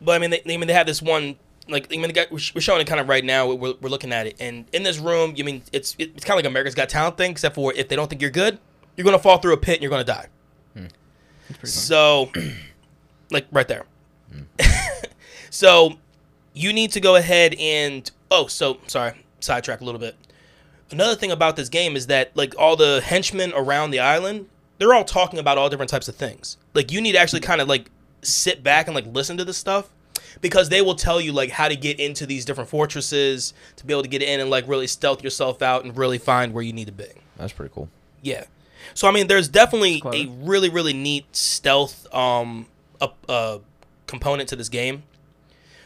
But I mean, they, I mean, they had this one. Like I mean, they got, we're sh- we're showing it kind of right now. We're, we're looking at it, and in this room, you mean it's it- it's kind of like America's Got Talent thing, except for if they don't think you're good, you're gonna fall through a pit and you're gonna die.
That's pretty fun.
So, (clears throat) like right there. (laughs) so, you need to go ahead and oh, so sorry, sidetrack a little bit. Another thing about this game is that like all the henchmen around the island, they're all talking about all different types of things. Like you need to actually kind of like sit back and like listen to this stuff because they will tell you like how to get into these different fortresses to be able to get in and like really stealth yourself out and really find where you need to be.
That's pretty cool.
Yeah. So I mean, there's definitely
clever.
a really really neat stealth um up uh component to this game.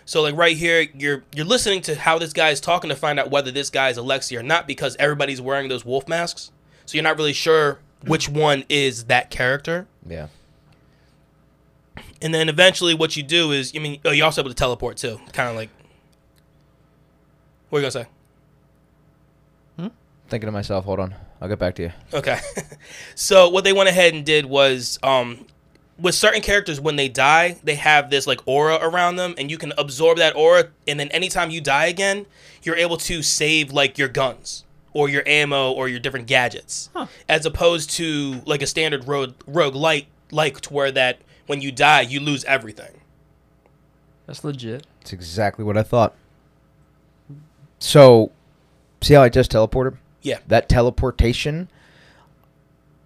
So like right here, you're you're listening to how this guy is talking to find out whether this guy is Alexi or not because everybody's wearing those wolf masks. So you're not really sure which one is that character.
Yeah.
And then eventually, what you do is, I mean, oh, you're also able to teleport too. Kind of like, what are you gonna say?
Thinking to myself. Hold on. I'll get back to you.
Okay. (laughs) so what they went ahead and did was um with certain characters when they die, they have this like aura around them and you can absorb that aura and then anytime you die again, you're able to save like your guns or your ammo or your different gadgets. As opposed to like a standard rogue rogue light like to where that when you die, you lose everything.
That's legit.
It's exactly what I thought. So, see how I just teleported?
Yeah.
That teleportation,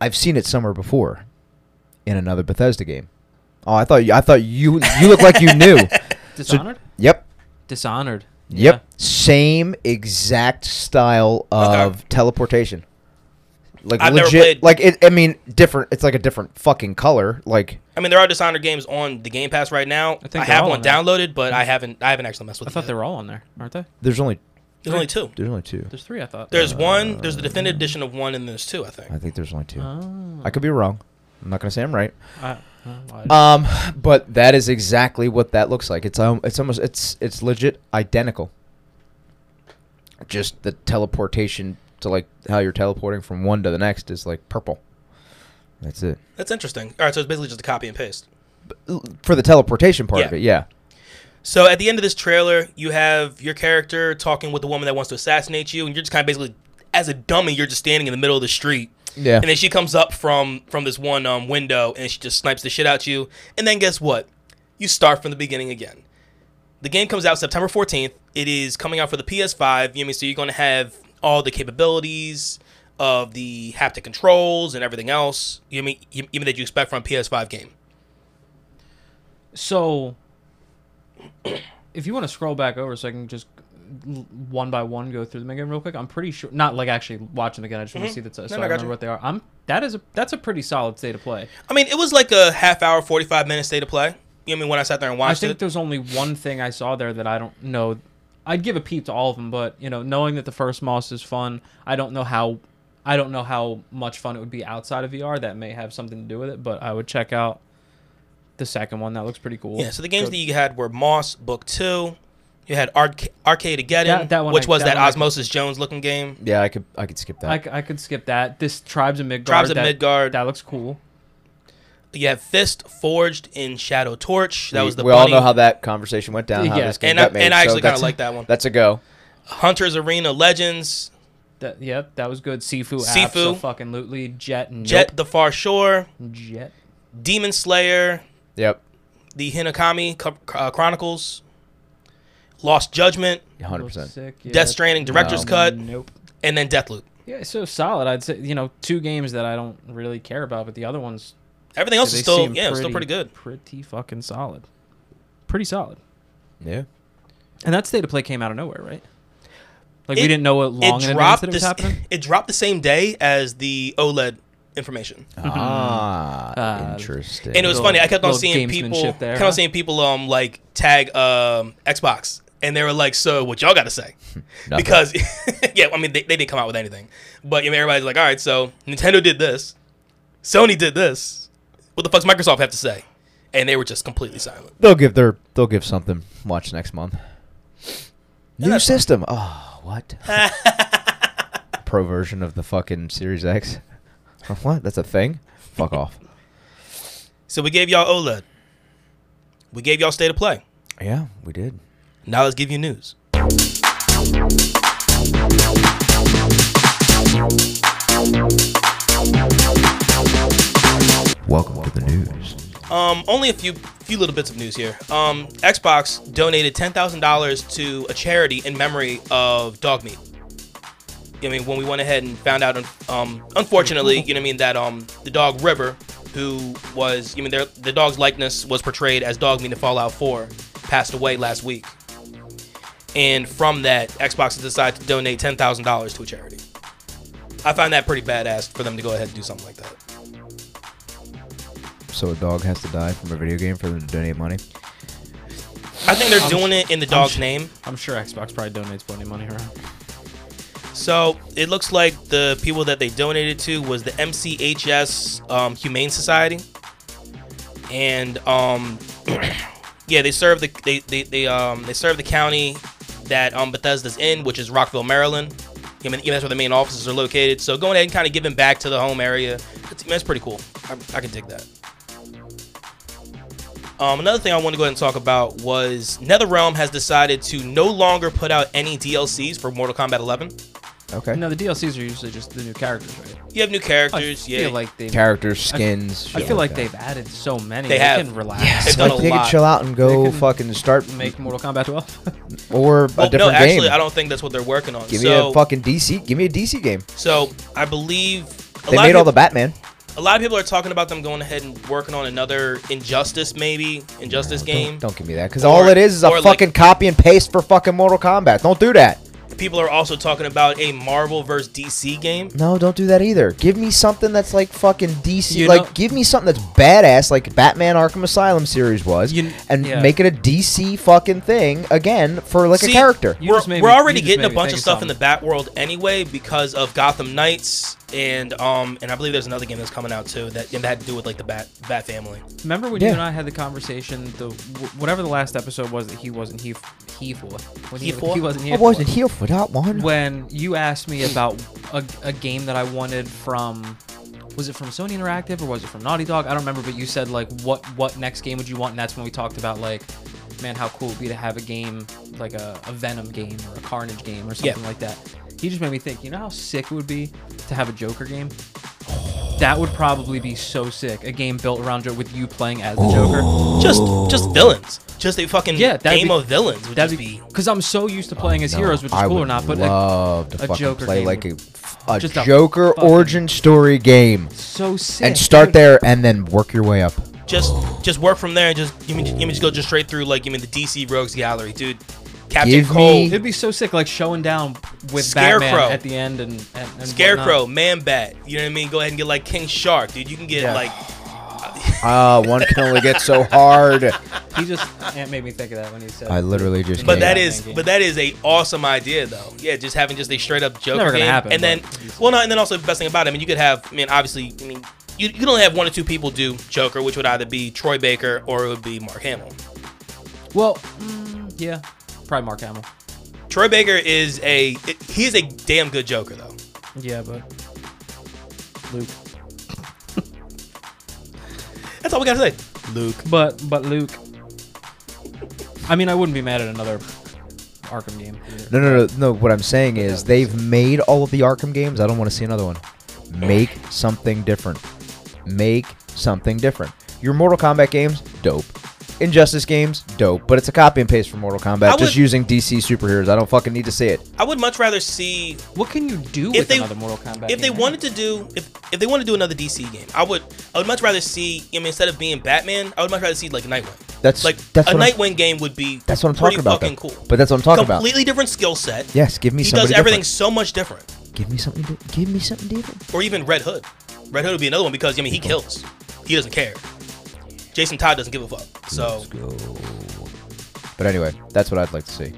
I've seen it somewhere before, in another Bethesda game. Oh, I thought you, I thought you you look like you
(laughs)
knew.
Dishonored.
Yep.
Dishonored.
Yep. Same exact style of teleportation. Like
I've never
legit.
played-
Like it. I mean, different. It's like a different fucking color. Like
I mean there are Dishonored games on the Game Pass right now. I,
think they're
have
all
one
on that.
downloaded, but I haven't I haven't actually messed with
I
it
thought
yet.
they were all on there, aren't they?
there's only
There's only two.
there's only two. Uh,
There's three. I thought.
There's one, there's the definitive edition of one and there's two, I think.
I think there's only two.
Oh.
I could be wrong. I'm not gonna say I'm right.
I, oh, well, I-
Um, but that is exactly what that looks like. It's um, it's almost it's it's legit identical. Just the teleportation to like how you're teleporting from one to the next is like purple. That's it
That's interesting. All right, so it's basically just a copy and paste.
for the teleportation part of
Yeah.
it. Yeah,
So at the end of this trailer, you have your character talking with the woman that wants to assassinate you, and you're just kind of basically, as a dummy, you're just standing in the middle of the street,
yeah.
and then she comes up from from this one um, window, and she just snipes the shit out you, and then guess what? You start from the beginning again. The game comes out September 14th. It is coming out for the PS5. You know, so you're going to have all the capabilities of the haptic controls and everything else. You mean you you mean that you expect from a PS5 game?
So, if you want to scroll back over, so I can just l- one by one go through them again real quick. I'm pretty sure, not like actually watch them again. I just want to see that, so
No, no, I
I
got
remember
you.
what they are. I'm that is a that's a pretty solid state of play.
I mean, it was like a half hour, 45 minute state of play. You know what I mean? When I sat there and
I
watched
think
it.
there's only one thing I saw there that I don't know. I'd give a peep to all of them, but you know, knowing that the first Moss is fun, I don't know how
I don't know how much fun it would be outside of VR. That may have something to do with it, but I would check out the second one. That looks pretty cool.
Yeah, so the games
Go-
that you had were Moss Book Two. You had Arc- Arcade Ageddon,
That- that one
which
I-
was
that
that,
one I-
Osmosis Jones looking game.
Yeah, I could I could skip that.
I, c- I could skip that. This Tribes of Midgard.
Tribes of
that-
Midgard.
That looks cool.
You have Fist Forged in Shadow Torch. That
We-
was the
we
bunny.
all know how that conversation went down. How
Yeah.
this game
and I,
got made.
and I
so
actually kind
that's-
of like that one.
That's a go.
Hunter's Arena Legends,
That yep, that was good. Sifu,
Sifu.
Sifu, fucking Lutely, Jet, and
Jet the Far Shore,
Nope. Jet.
Demon Slayer,
Yep.
the Hinakami Co- uh, Chronicles, Lost Judgment,
Hundred
Looks
percent.
sick, yeah.
Death Stranding Director's
No.
Cut,
Nope.
and then Deathloop.
Yeah, so solid. I'd say you know two games that I don't really care about, but the other ones
Everything else
they
is still
seem
yeah, still pretty good.
pretty fucking solid, pretty solid.
(laughs)
Yeah.
And that state of play came out of nowhere, right? Like
It-
we didn't know what long
it
in advance
dropped
that it was
this, (laughs)
happening.
It dropped the same day as the OLED information.
Ah,
Uh,
interesting.
And it was
Little-
funny. I kept on
little
seeing people,
gamesmanship there,
kept on
huh?
seeing people um like tag um Xbox, and they were like, "So what y'all got
(laughs)
to say?"
Nothing.
because (laughs) yeah, I mean they, they didn't come out with anything, but you know, everybody's like, "All right, so Nintendo did this, Sony did this. What the fuck's Microsoft have to say?" And they were just completely silent.
they'll give their they'll give something. Watch next month. New
that's fine.
system. Oh, (laughs) what? Pro version of the fucking Series X. (laughs) what? That's a thing. Fuck off.
So we gave y'all OLED. We gave y'all state of play.
Yeah, we did.
Now let's give you news.
Welcome to the news.
Um, only a few few little bits of news here. Um, Xbox donated ten thousand dollars to a charity in memory of dog meat. You know what I mean, when we went ahead and found out, um, unfortunately, you know what I mean, that um, the dog River, who was, you mean, their, the dog's likeness was portrayed as dog meat in Fallout 4, passed away last week. And from that, Xbox has decided to donate ten thousand dollars to a charity. I find that pretty badass for them to go ahead and do something like that.
So a dog has to die from a video game for them to donate money.
I think they're doing it in the dog's
sh-
name.
I'm sure Xbox probably donates plenty of money around.
So it looks like the people that they donated to was the MCHS um, Humane Society, and um, (clears throat) yeah, they serve the they they, they um they serve the county that um Bethesda's in, which is Rockville, Maryland. I mean, that's where the main offices are located. So going ahead and kind of giving back to the home area, that's, that's pretty cool. I, I can dig that. Um, another thing I want to go ahead and talk about was NetherRealm has decided to no longer put out any DLCs for Mortal Kombat 11.
Okay.
No, the DLCs are usually just the new characters, right?
You have new characters.
I
yeah.
feel like they've.
Characters, skins.
I
shit
feel like
that.
they've added so many.
They
They,
have.
can relax.
They've
It's
done
like
a
they
lot.
can chill out and go
They can
fucking start
Make Mortal Kombat 12.
or
Well,
a different
Oh, no, actually,
game.
I don't think that's what they're working on.
Give
so,
me a fucking DC. Give me a DC game.
so I believe a
They
lot,
made
of
all the
peop-
Batman.
a lot of people are talking about them going ahead and working on another Injustice, maybe Injustice
No, Oh, don't-
game.
Don't, give me that because
Or-
all it is is
or
a
like-
fucking copy and paste for fucking Mortal Kombat. Don't do that.
People are also talking about a Marvel versus DC game.
No, don't do that either. Give me something that's like fucking DC.
You
like,
know-
give me something that's badass, like Batman Arkham Asylum series was,
You-
and
yeah.
make it a DC fucking thing again for like
See,
a character.
You
We're,
just made
we're
me-
already
you just
getting a
made me
bunch
think
of
of
stuff in the
something.
Bat world anyway because of Gotham Knights and um and I believe there's another game that's coming out too that, and that had to do with like the Bat Bat family.
(laughs) Remember when
Yeah.
you and I had the conversation, the wh- whatever the last episode was that he wasn't he he for when
He for?
he wasn't
I
here.
wasn't
for.
here for that one.
When you asked me about a, a game that I wanted from, was it from Sony Interactive or was it from Naughty Dog? I don't remember, but you said like what what next game would you want, and that's when we talked about like, man, how cool it'd be to have a game like a, a Venom game or a Carnage game or something
Yeah.
like that. He just made me think, you know how sick it would be to have a Joker game. That would probably be so sick. A game built around Joker with you playing as the Joker.
Just just villains. Just a fucking
Yeah, that'd
game
be-
of villains would
That'd
just
be
be
because I'm so used to playing as
Oh, No,
heroes, which is
I
cool or
would
not. But like,
love to
a
fucking
Joker
play
game
like a,
would-
a
just a
Joker
fucking-
origin story game,
so sick.
and start
dude.
there and then work your way up.
just just work from there and just you mean you mean just go just straight through like you mean the DC Rogues Gallery, dude. Captain
Give
Cole,
me-
It'd be so sick, like showing down with
Scarecrow.
Batman at the end and, and, and
Scarecrow,
whatnot.
Man Bat. You know what I mean? Go ahead and get like King Shark, dude. You can get
Yeah.
like
Ah, one can only get so hard.
He just it made me think of that when he said.
I literally just
But that
Yeah.
is, but that is a awesome idea though. Yeah, just having just a straight up joke.
never gonna
game.
happen,
And then,
but-
well, no, and then also the best thing about it, I mean, you could have, I mean, obviously, I mean, you, you can only have one or two people do Joker, which would either be Troy Baker or it would be Mark Hamill.
well, mm, yeah, probably Mark Hamill.
Troy Baker is a, it, he's a damn good Joker though.
Yeah, but Luke.
That's all we gotta say. Luke.
But but Luke. I mean, I wouldn't be mad at another Arkham game. either.
No, no, no, no. What I'm saying is they've made all of the Arkham games. I don't want to see another one. Make something different. Make something different. Your Mortal Kombat games, dope. Injustice games, dope. But it's a copy and paste from Mortal Kombat,
I
just
would-
using DC superheroes. I don't fucking need to see it.
I would much rather see
What can you do
If
with
they-
another Mortal Kombat?
if they
game?
wanted to do if, if they want to do another DC game, I would I would much rather see I mean instead of being Batman, I would much rather see like Nightwing.
That's
Like
that's
a
what I'm-
Nightwing game would be
That's what I'm
pretty
talking about.
Fucking
though.
cool.
But that's what I'm talking about.
completely different skill set.
Yes, give me
He
somebody
does everything
different.
so much different.
Give me something. Di- give me something different.
Or even Red Hood. Red Hood would be another one because I mean he kills. He doesn't care. Jason Todd doesn't give a fuck. So
Let's go. But anyway, that's what I'd like to see.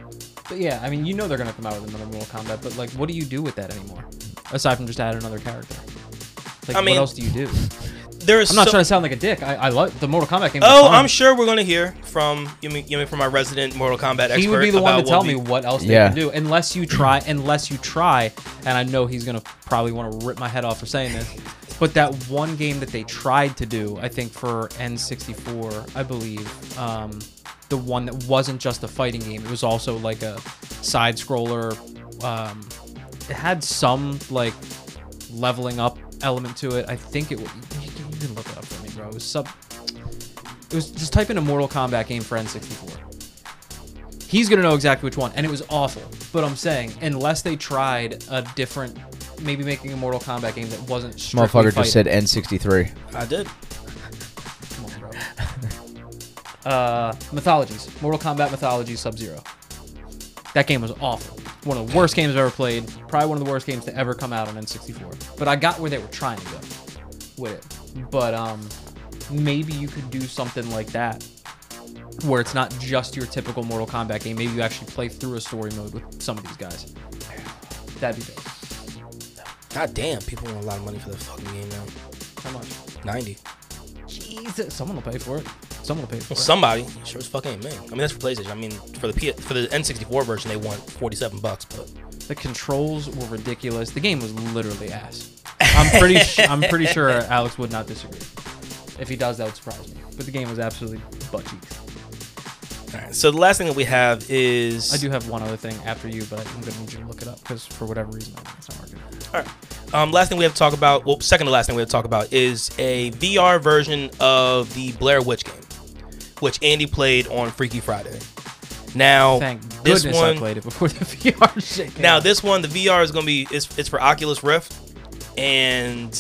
But yeah, I mean, you know they're gonna come out with another Mortal Kombat, but like, what do you do with that anymore? Aside from just add another character. Like,
I mean-
what else do you do?
there is
I'm not
so-
trying to sound like a dick. I, I love the Mortal Kombat game. was
Oh,
fun.
I'm sure we're gonna hear from you mean, you mean from our resident Mortal Kombat expert.
He would be the one
about
to tell
what
me
we-
what else
Yeah.
they can do, unless you try. Unless you try, and I know he's gonna probably want to rip my head off for saying this, but that one game that they tried to do, I think for N64, I believe, um, the one that wasn't just a fighting game, it was also like a side scroller. Um, it had some like leveling up element to it. I think it. wa- You can- you can look it up for me, bro. It was sub. It was just type in a Mortal Kombat game for N64. He's gonna know exactly which one, and it was awful. But I'm saying, unless they tried a different, maybe making a Mortal Kombat game that wasn't strictly
Motherfucker just said
fighting.
N63.
I did.
Come on, bro. uh, mythologies, Mortal Kombat Mythologies Sub Zero. That game was awful. One of the worst games I've ever played. Probably one of the worst games to ever come out on N64. But I got where they were trying to go with it. But um, maybe you could do something like that, where it's not just your typical Mortal Kombat game. Maybe you actually play through a story mode with some of these guys. That'd be big.
God damn, people want a lot of money for the fucking game now.
How much?
Ninety.
Jesus, someone will pay for it. Someone will pay for
Well,
it.
somebody sure as fuck ain't me. I mean, that's for PlayStation. I mean, for the P- for the N64 version, they want 47 bucks, but
The controls were ridiculous. The game was literally ass.
(laughs)
I'm pretty. Sh- I'm pretty sure Alex would not disagree. If he does, that would surprise me. But the game was absolutely butt cheeks.
all right. So the last thing that we have is
I do have one other thing after you, but I'm gonna need you to look it up because for whatever reason it's not working.
All right. Um, last thing we have to talk about. Well, second to last thing we have to talk about is a VR version of the Blair Witch game, which Andy played on Freaky Friday. Now,
Thank
Oh, this
goodness I
one.
played it before the (laughs) VR shit. came
Now
out.
this one, the VR is gonna be it's, it's for Oculus Rift, and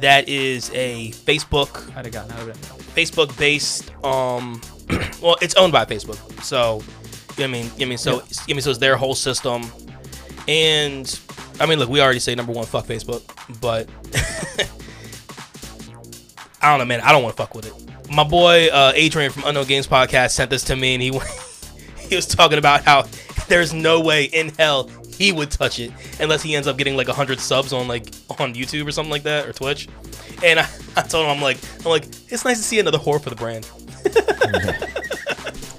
that is a Facebook
I'd have gotten out of it. anyway.
Facebook based um (clears throat) well it's owned by Facebook. So you know what I mean you know what I mean so you know what I mean so it's their whole system. And I mean look, we already say number one fuck Facebook, but (laughs) I don't know man, I don't want to fuck with it. My boy uh Adrian from Unknown Games Podcast sent this to me and he (laughs) went- he was talking about how there's no way in hell he would touch it unless he ends up getting like 100 subs on like on YouTube or something like that or Twitch. And I, I told him I'm like I'm like it's nice to see another whore for the brand. (laughs)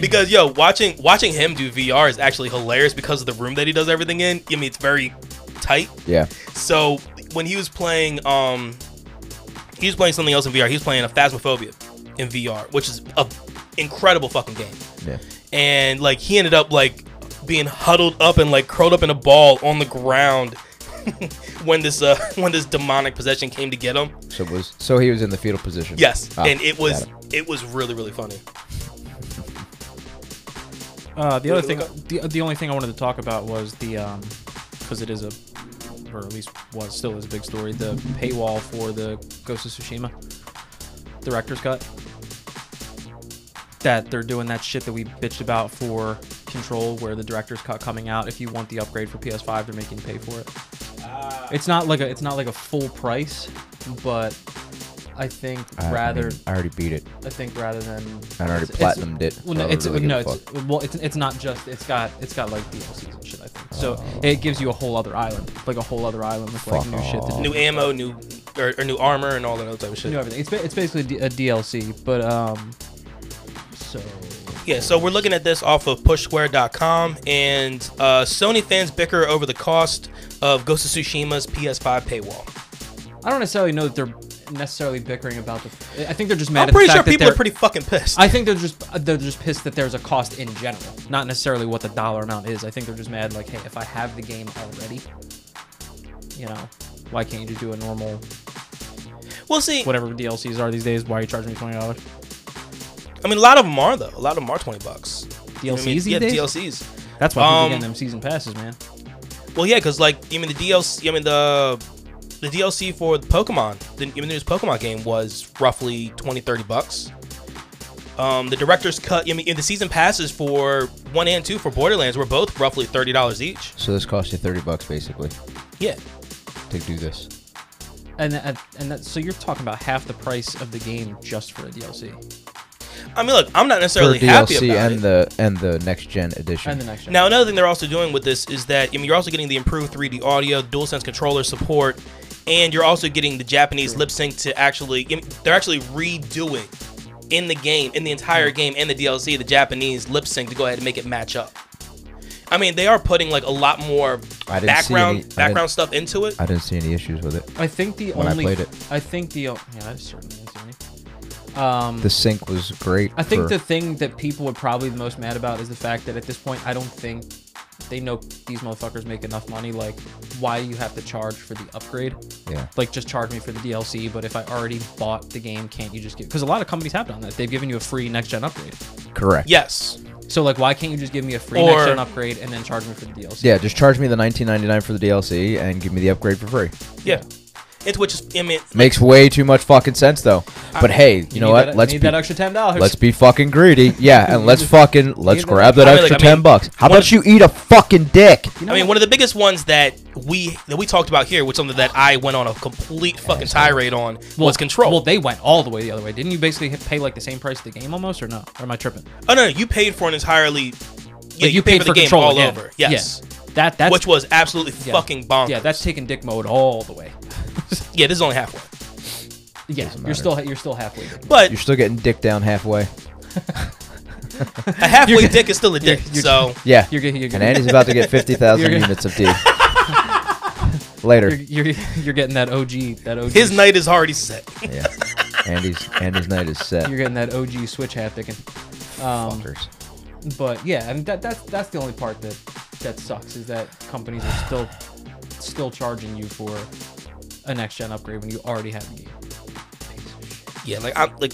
because yo, watching watching him do VR is actually hilarious because of the room that he does everything in. I mean, it's very tight.
Yeah.
So when he was playing, um, he was playing something else in VR. He was playing a Phasmophobia in VR, which is a incredible fucking game.
Yeah.
And like he ended up like being huddled up and like curled up in a ball on the ground (laughs) when this uh (laughs) when this demonic possession came to get him.
So it was so he was in the fetal position.
Yes,
Ah,
and it was
got it.
it. was really really funny.
Uh, the other
Look
thing,
up.
the, the only thing I wanted to talk about was the, because it is a, or at least was still is a big story, the paywall for the Ghost of Tsushima director's cut. That they're doing that shit that we bitched about for Control, where the director's cut coming out. If you want the upgrade for PS5, they're
Ah.
making you pay for it. It's not like a, it's not like a full price, but I think
I- I
rather
mean, I already beat it.
I think rather than
I already
it's-
platinumed it.
Well, no,
I don't
it's
really give
no,
a
it's well, it's, it's not just it's got it's got like DLCs and shit. I think so.
Oh.
It gives you a whole other island, like a whole other island with like
Fuck
new shit to do.
off.
New ammo, new or, or new armor, and all that other type of shit.
New everything. It's ba- it's basically a D- a DLC, but um, so
Yeah, so we're looking at this off of pushsquare.com, and uh, Sony fans bicker over the cost of Ghost of Tsushima's PS5 paywall.
I don't necessarily know that they're necessarily bickering about the. I think they're just mad.
I'm
at the
pretty sure
fact that
people are
they're-
pretty fucking pissed.
I think they're just uh, they're just pissed that there's a cost in general, not necessarily what the dollar amount is. I think they're just mad like, hey, if I have the game already, you know, why can't you just do a normal
we'll see.
whatever DLCs are these days? Why are you charging me twenty dollars?
I mean, a lot of them are though. A lot of them are twenty bucks. You know what I
DLCs
mean?
these
yeah,
days.
DLCs.
That's why people
Um,
getting them season passes, man.
Well, yeah, because like you mean the DLC. I mean the the DLC for the Pokemon, the even the newest Pokemon game was roughly 20, 30 bucks. Um, the director's cut. I mean, and the season passes for one and two for Borderlands were both roughly thirty dollars each.
So this cost you thirty bucks basically
Yeah,
to do this.
And and, and that, so you're talking about half the price of the game just for a DLC
I mean, look, I'm not necessarily
for
happy
DLC
about
and
it.
the and the next gen edition.
and the next gen.
Now, another thing they're also doing with this is that I mean, you're also getting the improved 3D audio, DualSense controller support, and you're also getting the Japanese lip sync to actually. I mean, they're actually redoing in the game, in the entire
Hmm.
game, and the DLC, the Japanese lip sync to go ahead and make it match up. I mean, they are putting like a lot more
I didn't see
background
any- I didn't-
background stuff into it.
I didn't see any issues with it.
I think the
When I
only
played it.
I think the o- yeah, I certainly didn't see any. Um,
The sync was great.
I think
for-
the thing that people are probably the most mad about is the fact that at this point, I don't think they know these motherfuckers make enough money. Like, why you have to charge for the upgrade?
yeah.
Like, just charge me for the DLC. But if I already bought the game, can't you just give? Because a lot of companies have done that. They've given you a free next gen upgrade.
Correct.
Yes,
So like, why can't you just give me a free
Or-
next gen upgrade and then charge me for the DLC?
Yeah, just charge me the 19.99 for the DLC and give me the upgrade for free.
yeah. It's which is I mean,
Makes way too much fucking sense though. But hey, you, know
need
what?
That, e-,
let's
need
be,
that extra ten dollars.
let's be fucking greedy.
(laughs)
Yeah, and let's fucking let's
that-
grab that
I mean,
extra
like, I
10
mean,
bucks. How
one
about
of-
you eat a fucking dick?
I mean, one of the biggest ones that we that we talked about here, which something that I went on a complete fucking tirade on, was control.
Well, they went all the way the other way. Didn't you basically hit- pay like the same price of the game almost, or no? Or am I tripping?
Oh no, no, you paid for an entirely. Yeah,
Like,
you, paid, for the game
control
all
again.
over. Yes,
Yeah. That that's
which was absolutely
yeah.
fucking bonkers.
Yeah, that's taking dick mode all the way.
yeah. This is only halfway,
Yeah, you're
Doesn't matter.
still you're still halfway. Dick.
but
You're still getting dick down halfway.
a
(laughs)
halfway dick is still a dick.
you're- (laughs)
so
Yeah.
You're getting you're,
and
getting-
Andy's about to get 50,000
(laughs) You're-
units of D.
(laughs)
Later.
you're, you're, you're getting that OG that OG.
his night is already set. (laughs)
yeah. Andy's Andy's night is set.
You're getting that OG switch half dicking. Um,
Fuckers.
but yeah, I mean that that's that's the only part that that sucks is that companies are still still charging you for a next gen upgrade when you already have the game.
yeah, like I'm like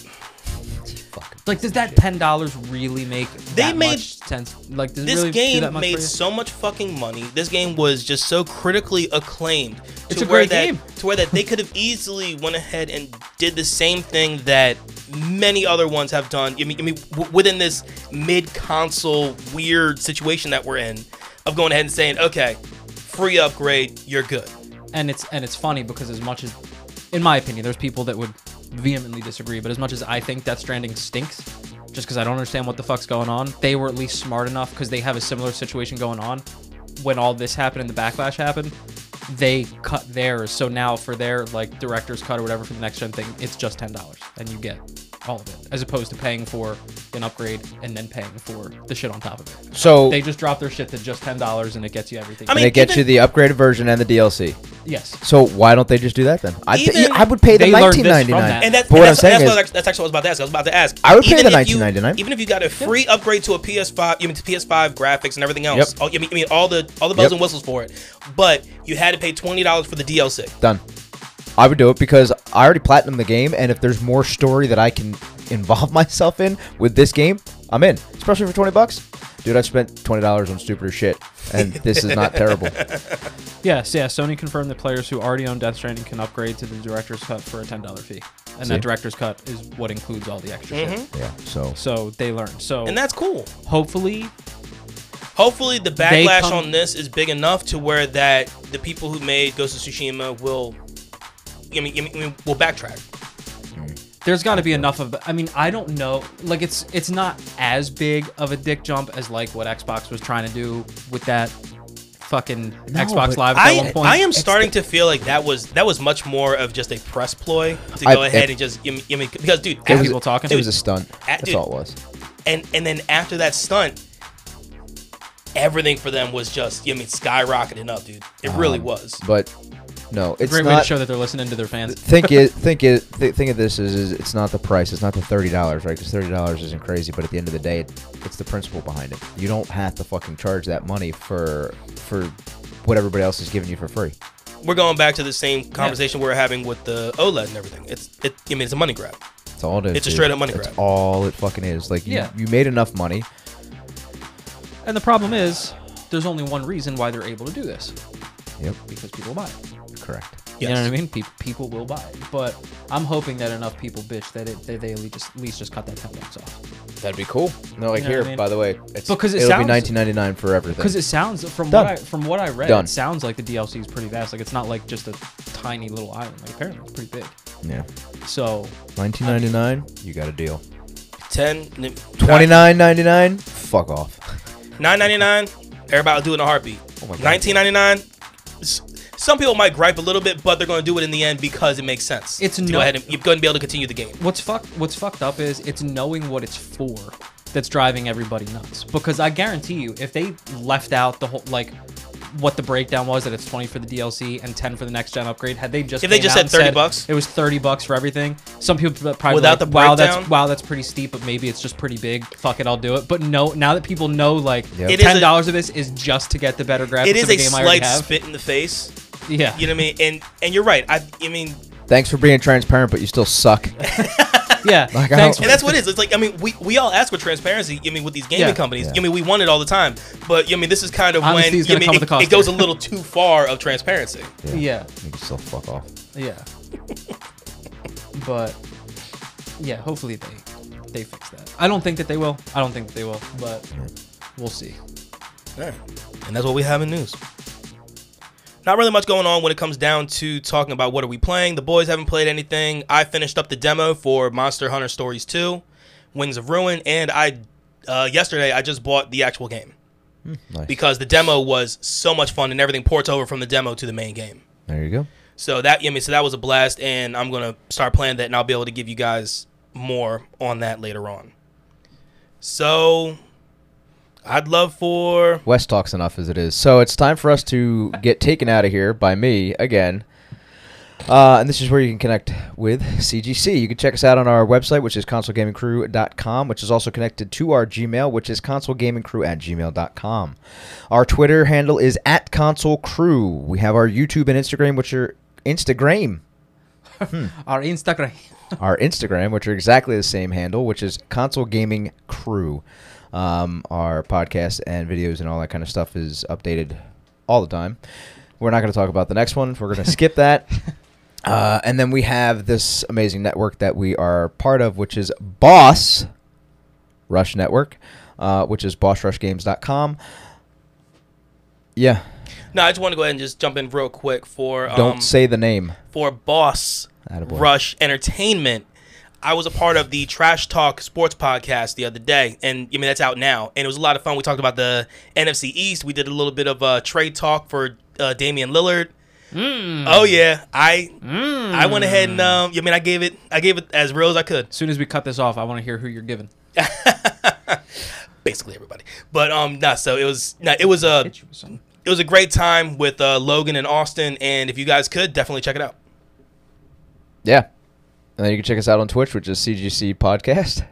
Like, does that ten dollars really make
They
that
made-
much sense? Like, does it
this
really do that
game
much
made
for you?
so much fucking money. This game was just so critically acclaimed. To
It's a
where
great
that,
game.
To where that they could have easily went ahead and did the same thing that many other ones have done. I mean, I mean w- within this mid-console weird situation that we're in, of going ahead and saying, okay, free upgrade, you're good.
and it's and it's funny because as much as in my opinion there's people that would vehemently disagree but as much as i think death stranding stinks just because i don't understand what the fuck's going on they were at least smart enough because they have a similar situation going on when all this happened and the backlash happened they cut theirs so now for their like director's cut or whatever for the next gen thing it's just $10 and you get all of it as opposed to paying for an upgrade and then paying for the shit on top of it
So
they just drop their shit to just $10 and it gets you everything
I mean-
and it gets
even-
you the upgraded version and the DLC.
yes
So why don't they just do that then? I, th-
Even-
I would pay the
They learned this from
19.99.
that.
And that's,
but
and
what I'm
that's,
saying
that's,
is,
what I was- that's actually what I was about to ask. I was about to ask.
I would pay the
if you-
19.99.
Even if you got a free upgrade to a PS5, you mean to PS5 graphics and everything else.
Yep.
All, I, mean, I mean, all the all the bells
Yep.
and whistles for it. But you had to pay twenty dollars for the DLC.
done. I would do it because I already platinum the game, and if there's more story that I can involve (laughs) myself in with this game, I'm in. Especially for 20 bucks, dude. I've spent 20 dollars on stupider shit, and this is
(laughs)
not terrible.
Yes, yeah. Sony confirmed that players who already own Death Stranding can upgrade to the director's cut for a ten dollar fee, and
See?
that director's cut is what includes all the extra shit.
Yeah. So
So they learned. So
Mm-hmm. And that's cool.
hopefully,
Hopefully, the backlash
come-
on this is big enough to where that the people who made Ghost of Tsushima will, I mean, I mean, I mean, will backtrack.
there's got to be enough of. I mean, I don't know. Like, it's it's not as big of a dick jump as like what Xbox was trying to do with that fucking Xbox
but
Live at
I,
one point.
I am starting to feel like that was that was much more of just a press ploy to go
I-
ahead
it-
and just give me, give me because dude
It
after-
was- people talking.
It was a stunt.
At-
That's
dude.
all it was.
and and then after that stunt everything for them was just I mean skyrocketing up dude it
Uh-huh.
really was
Um, But no, it's
great
not.
way to show that they're listening to their fans.
think it. Think it. Th- think of this as is it's not the price. It's not the thirty dollars, right? Because thirty dollars isn't crazy. But at the end of the day, it, it's the principle behind it. You don't have to fucking charge that money for for what everybody else is giving you for free.
we're going back to the same conversation we were having with the OLED and everything it's it I mean it's a money grab
That's all it is.
It's a
dude.
straight-up money
That's
grab.
all it fucking is. Like you,
Yeah.
you made enough money.
And the problem is, there's only one reason why they're able to do this
Yep.
because people buy it.
Correct.
You know
Yes.
what I mean? Pe- people will buy it, but I'm hoping that enough people bitch that it that they at least just, at least just cut that ten bucks off.
That'd be cool. No, like
You know
here,
what I mean?
by the way, it's,
Because it
it'll
sounds-
be nineteen ninety nine for everything.
Because it sounds from
Done.
what I from what I read,
Done.
it sounds like the DLC is pretty vast. Like it's not like just a tiny little island. Like apparently it's pretty big.
yeah,
So
nineteen ninety nine. You got a deal.
10
Twenty nine ninety nine. Fuck off.
999 everybody will do it in a heartbeat
Oh my God.
1999 s- some people might gripe a little bit but they're going to do it in the end because it makes sense
It's
to
no-
go ahead and you're going to be able to continue the game
what's fucked what's fucked up is it's knowing what it's for that's driving everybody nuts. Because I guarantee you, if they left out the whole like what the breakdown was that it's 20 for the DLC and 10 for the next gen upgrade, had they just
If they
came
just
out
said
and
30 bucks?
it was 30 bucks for everything. Some people probably
Without
were
the
like, wow that's
breakdown?
wow that's pretty steep, but maybe it's just pretty big. Fuck it, I'll do it. But no, now that people know like
Yep. It
is a-
ten dollars of this is just to get the better graphics
it is
of the
a
game I already
slight
have.
spit in the face
yeah,
you know what I mean and and you're right I I mean
Thanks for being transparent, but you
(laughs)
still suck.
yeah.
Like, I
Thanks.
don't-
And that's what it is. It's like I mean, we, we all ask for transparency. I mean, with these gaming
Yeah.
companies,
Yeah.
I mean, we want it all the time. But I mean, this is kind of
Honesty is gonna
when I mean,
come
it,
with a cost
it goes a
here.
little too far of transparency.
(laughs) Yeah.
You can still fuck off.
Yeah. but yeah, hopefully they they fix that. I don't think that they will. I don't think that they will, but we'll see.
And that's what we have in news. Not really much going on when it comes down to talking about what are we playing. The boys haven't played anything. I finished up the demo for Monster Hunter Stories 2, Wings of Ruin, and I uh, yesterday I just bought the actual game
Hmm.
Nice.
because the demo was so much fun and everything ports over from the demo to the main game.
there you go.
So that I mean, so that was a blast, and I'm gonna start playing that, and I'll be able to give you guys more on that later on. So, I'd love for
West talks enough as it is. So it's time for us to get taken out of here by me again. Uh, and this is where you can connect with CGC. You can check us out on our website, which is consolegamingcrew.com, which is also connected to our Gmail, which is consolegamingcrew at gmail.com. Our Twitter handle is at consolecrew. We have our YouTube and Instagram, which are Instagram.
(laughs) Our Instagram.
Hmm. our Instagram, which are exactly the same handle, which is Console Gaming Crew. Um, our podcast and videos and all that kind of stuff is updated all the time. We're not going to talk about the next one. We're going to skip that. Uh, and then we have this amazing network that we are part of, which is Boss Rush Network, uh, which is bossrushgames.com. Yeah,
no, I just want to go ahead and just jump in real quick for um,
don't say the name.
for Boss
Attaboy.
Rush Entertainment. I was a part of the Trash Talk Sports podcast the other day, and I mean that's out now, and it was a lot of fun. We talked about the NFC East. We did a little bit of uh, trade talk for uh, Damian Lillard. Oh yeah, I I went ahead and um, I mean I gave it I gave it as real as I
(laughs)
could,
As soon as we cut this off, I want to hear who you're giving.
basically everybody. But um, nah, so it was nah, it was a
Get you some.
it was a great time with uh, Logan and Austin, and if you guys could definitely check it out.
Yeah. And then you can check us out on Twitch, which is CGC Podcast.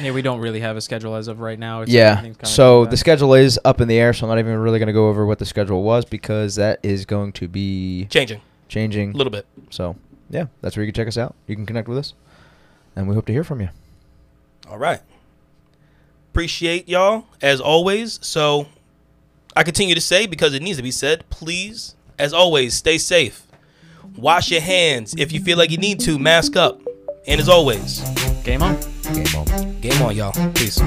Yeah, we don't really have a schedule as of right now. It's
Yeah.
everything's kinda
So
like
the
that.
schedule is up in the air, so I'm not even really going to go over what the schedule was because that is going to be
Changing
changing.
a little bit.
So, yeah, that's where you can check us out. You can connect with us, and we hope to hear from you.
All right. Appreciate y'all as always. So I continue to say because it needs to be said, please, as always, stay safe. Wash your hands. If you feel like you need to, mask up. And as always,
game on.
Game on.
game on, y'all. Peace.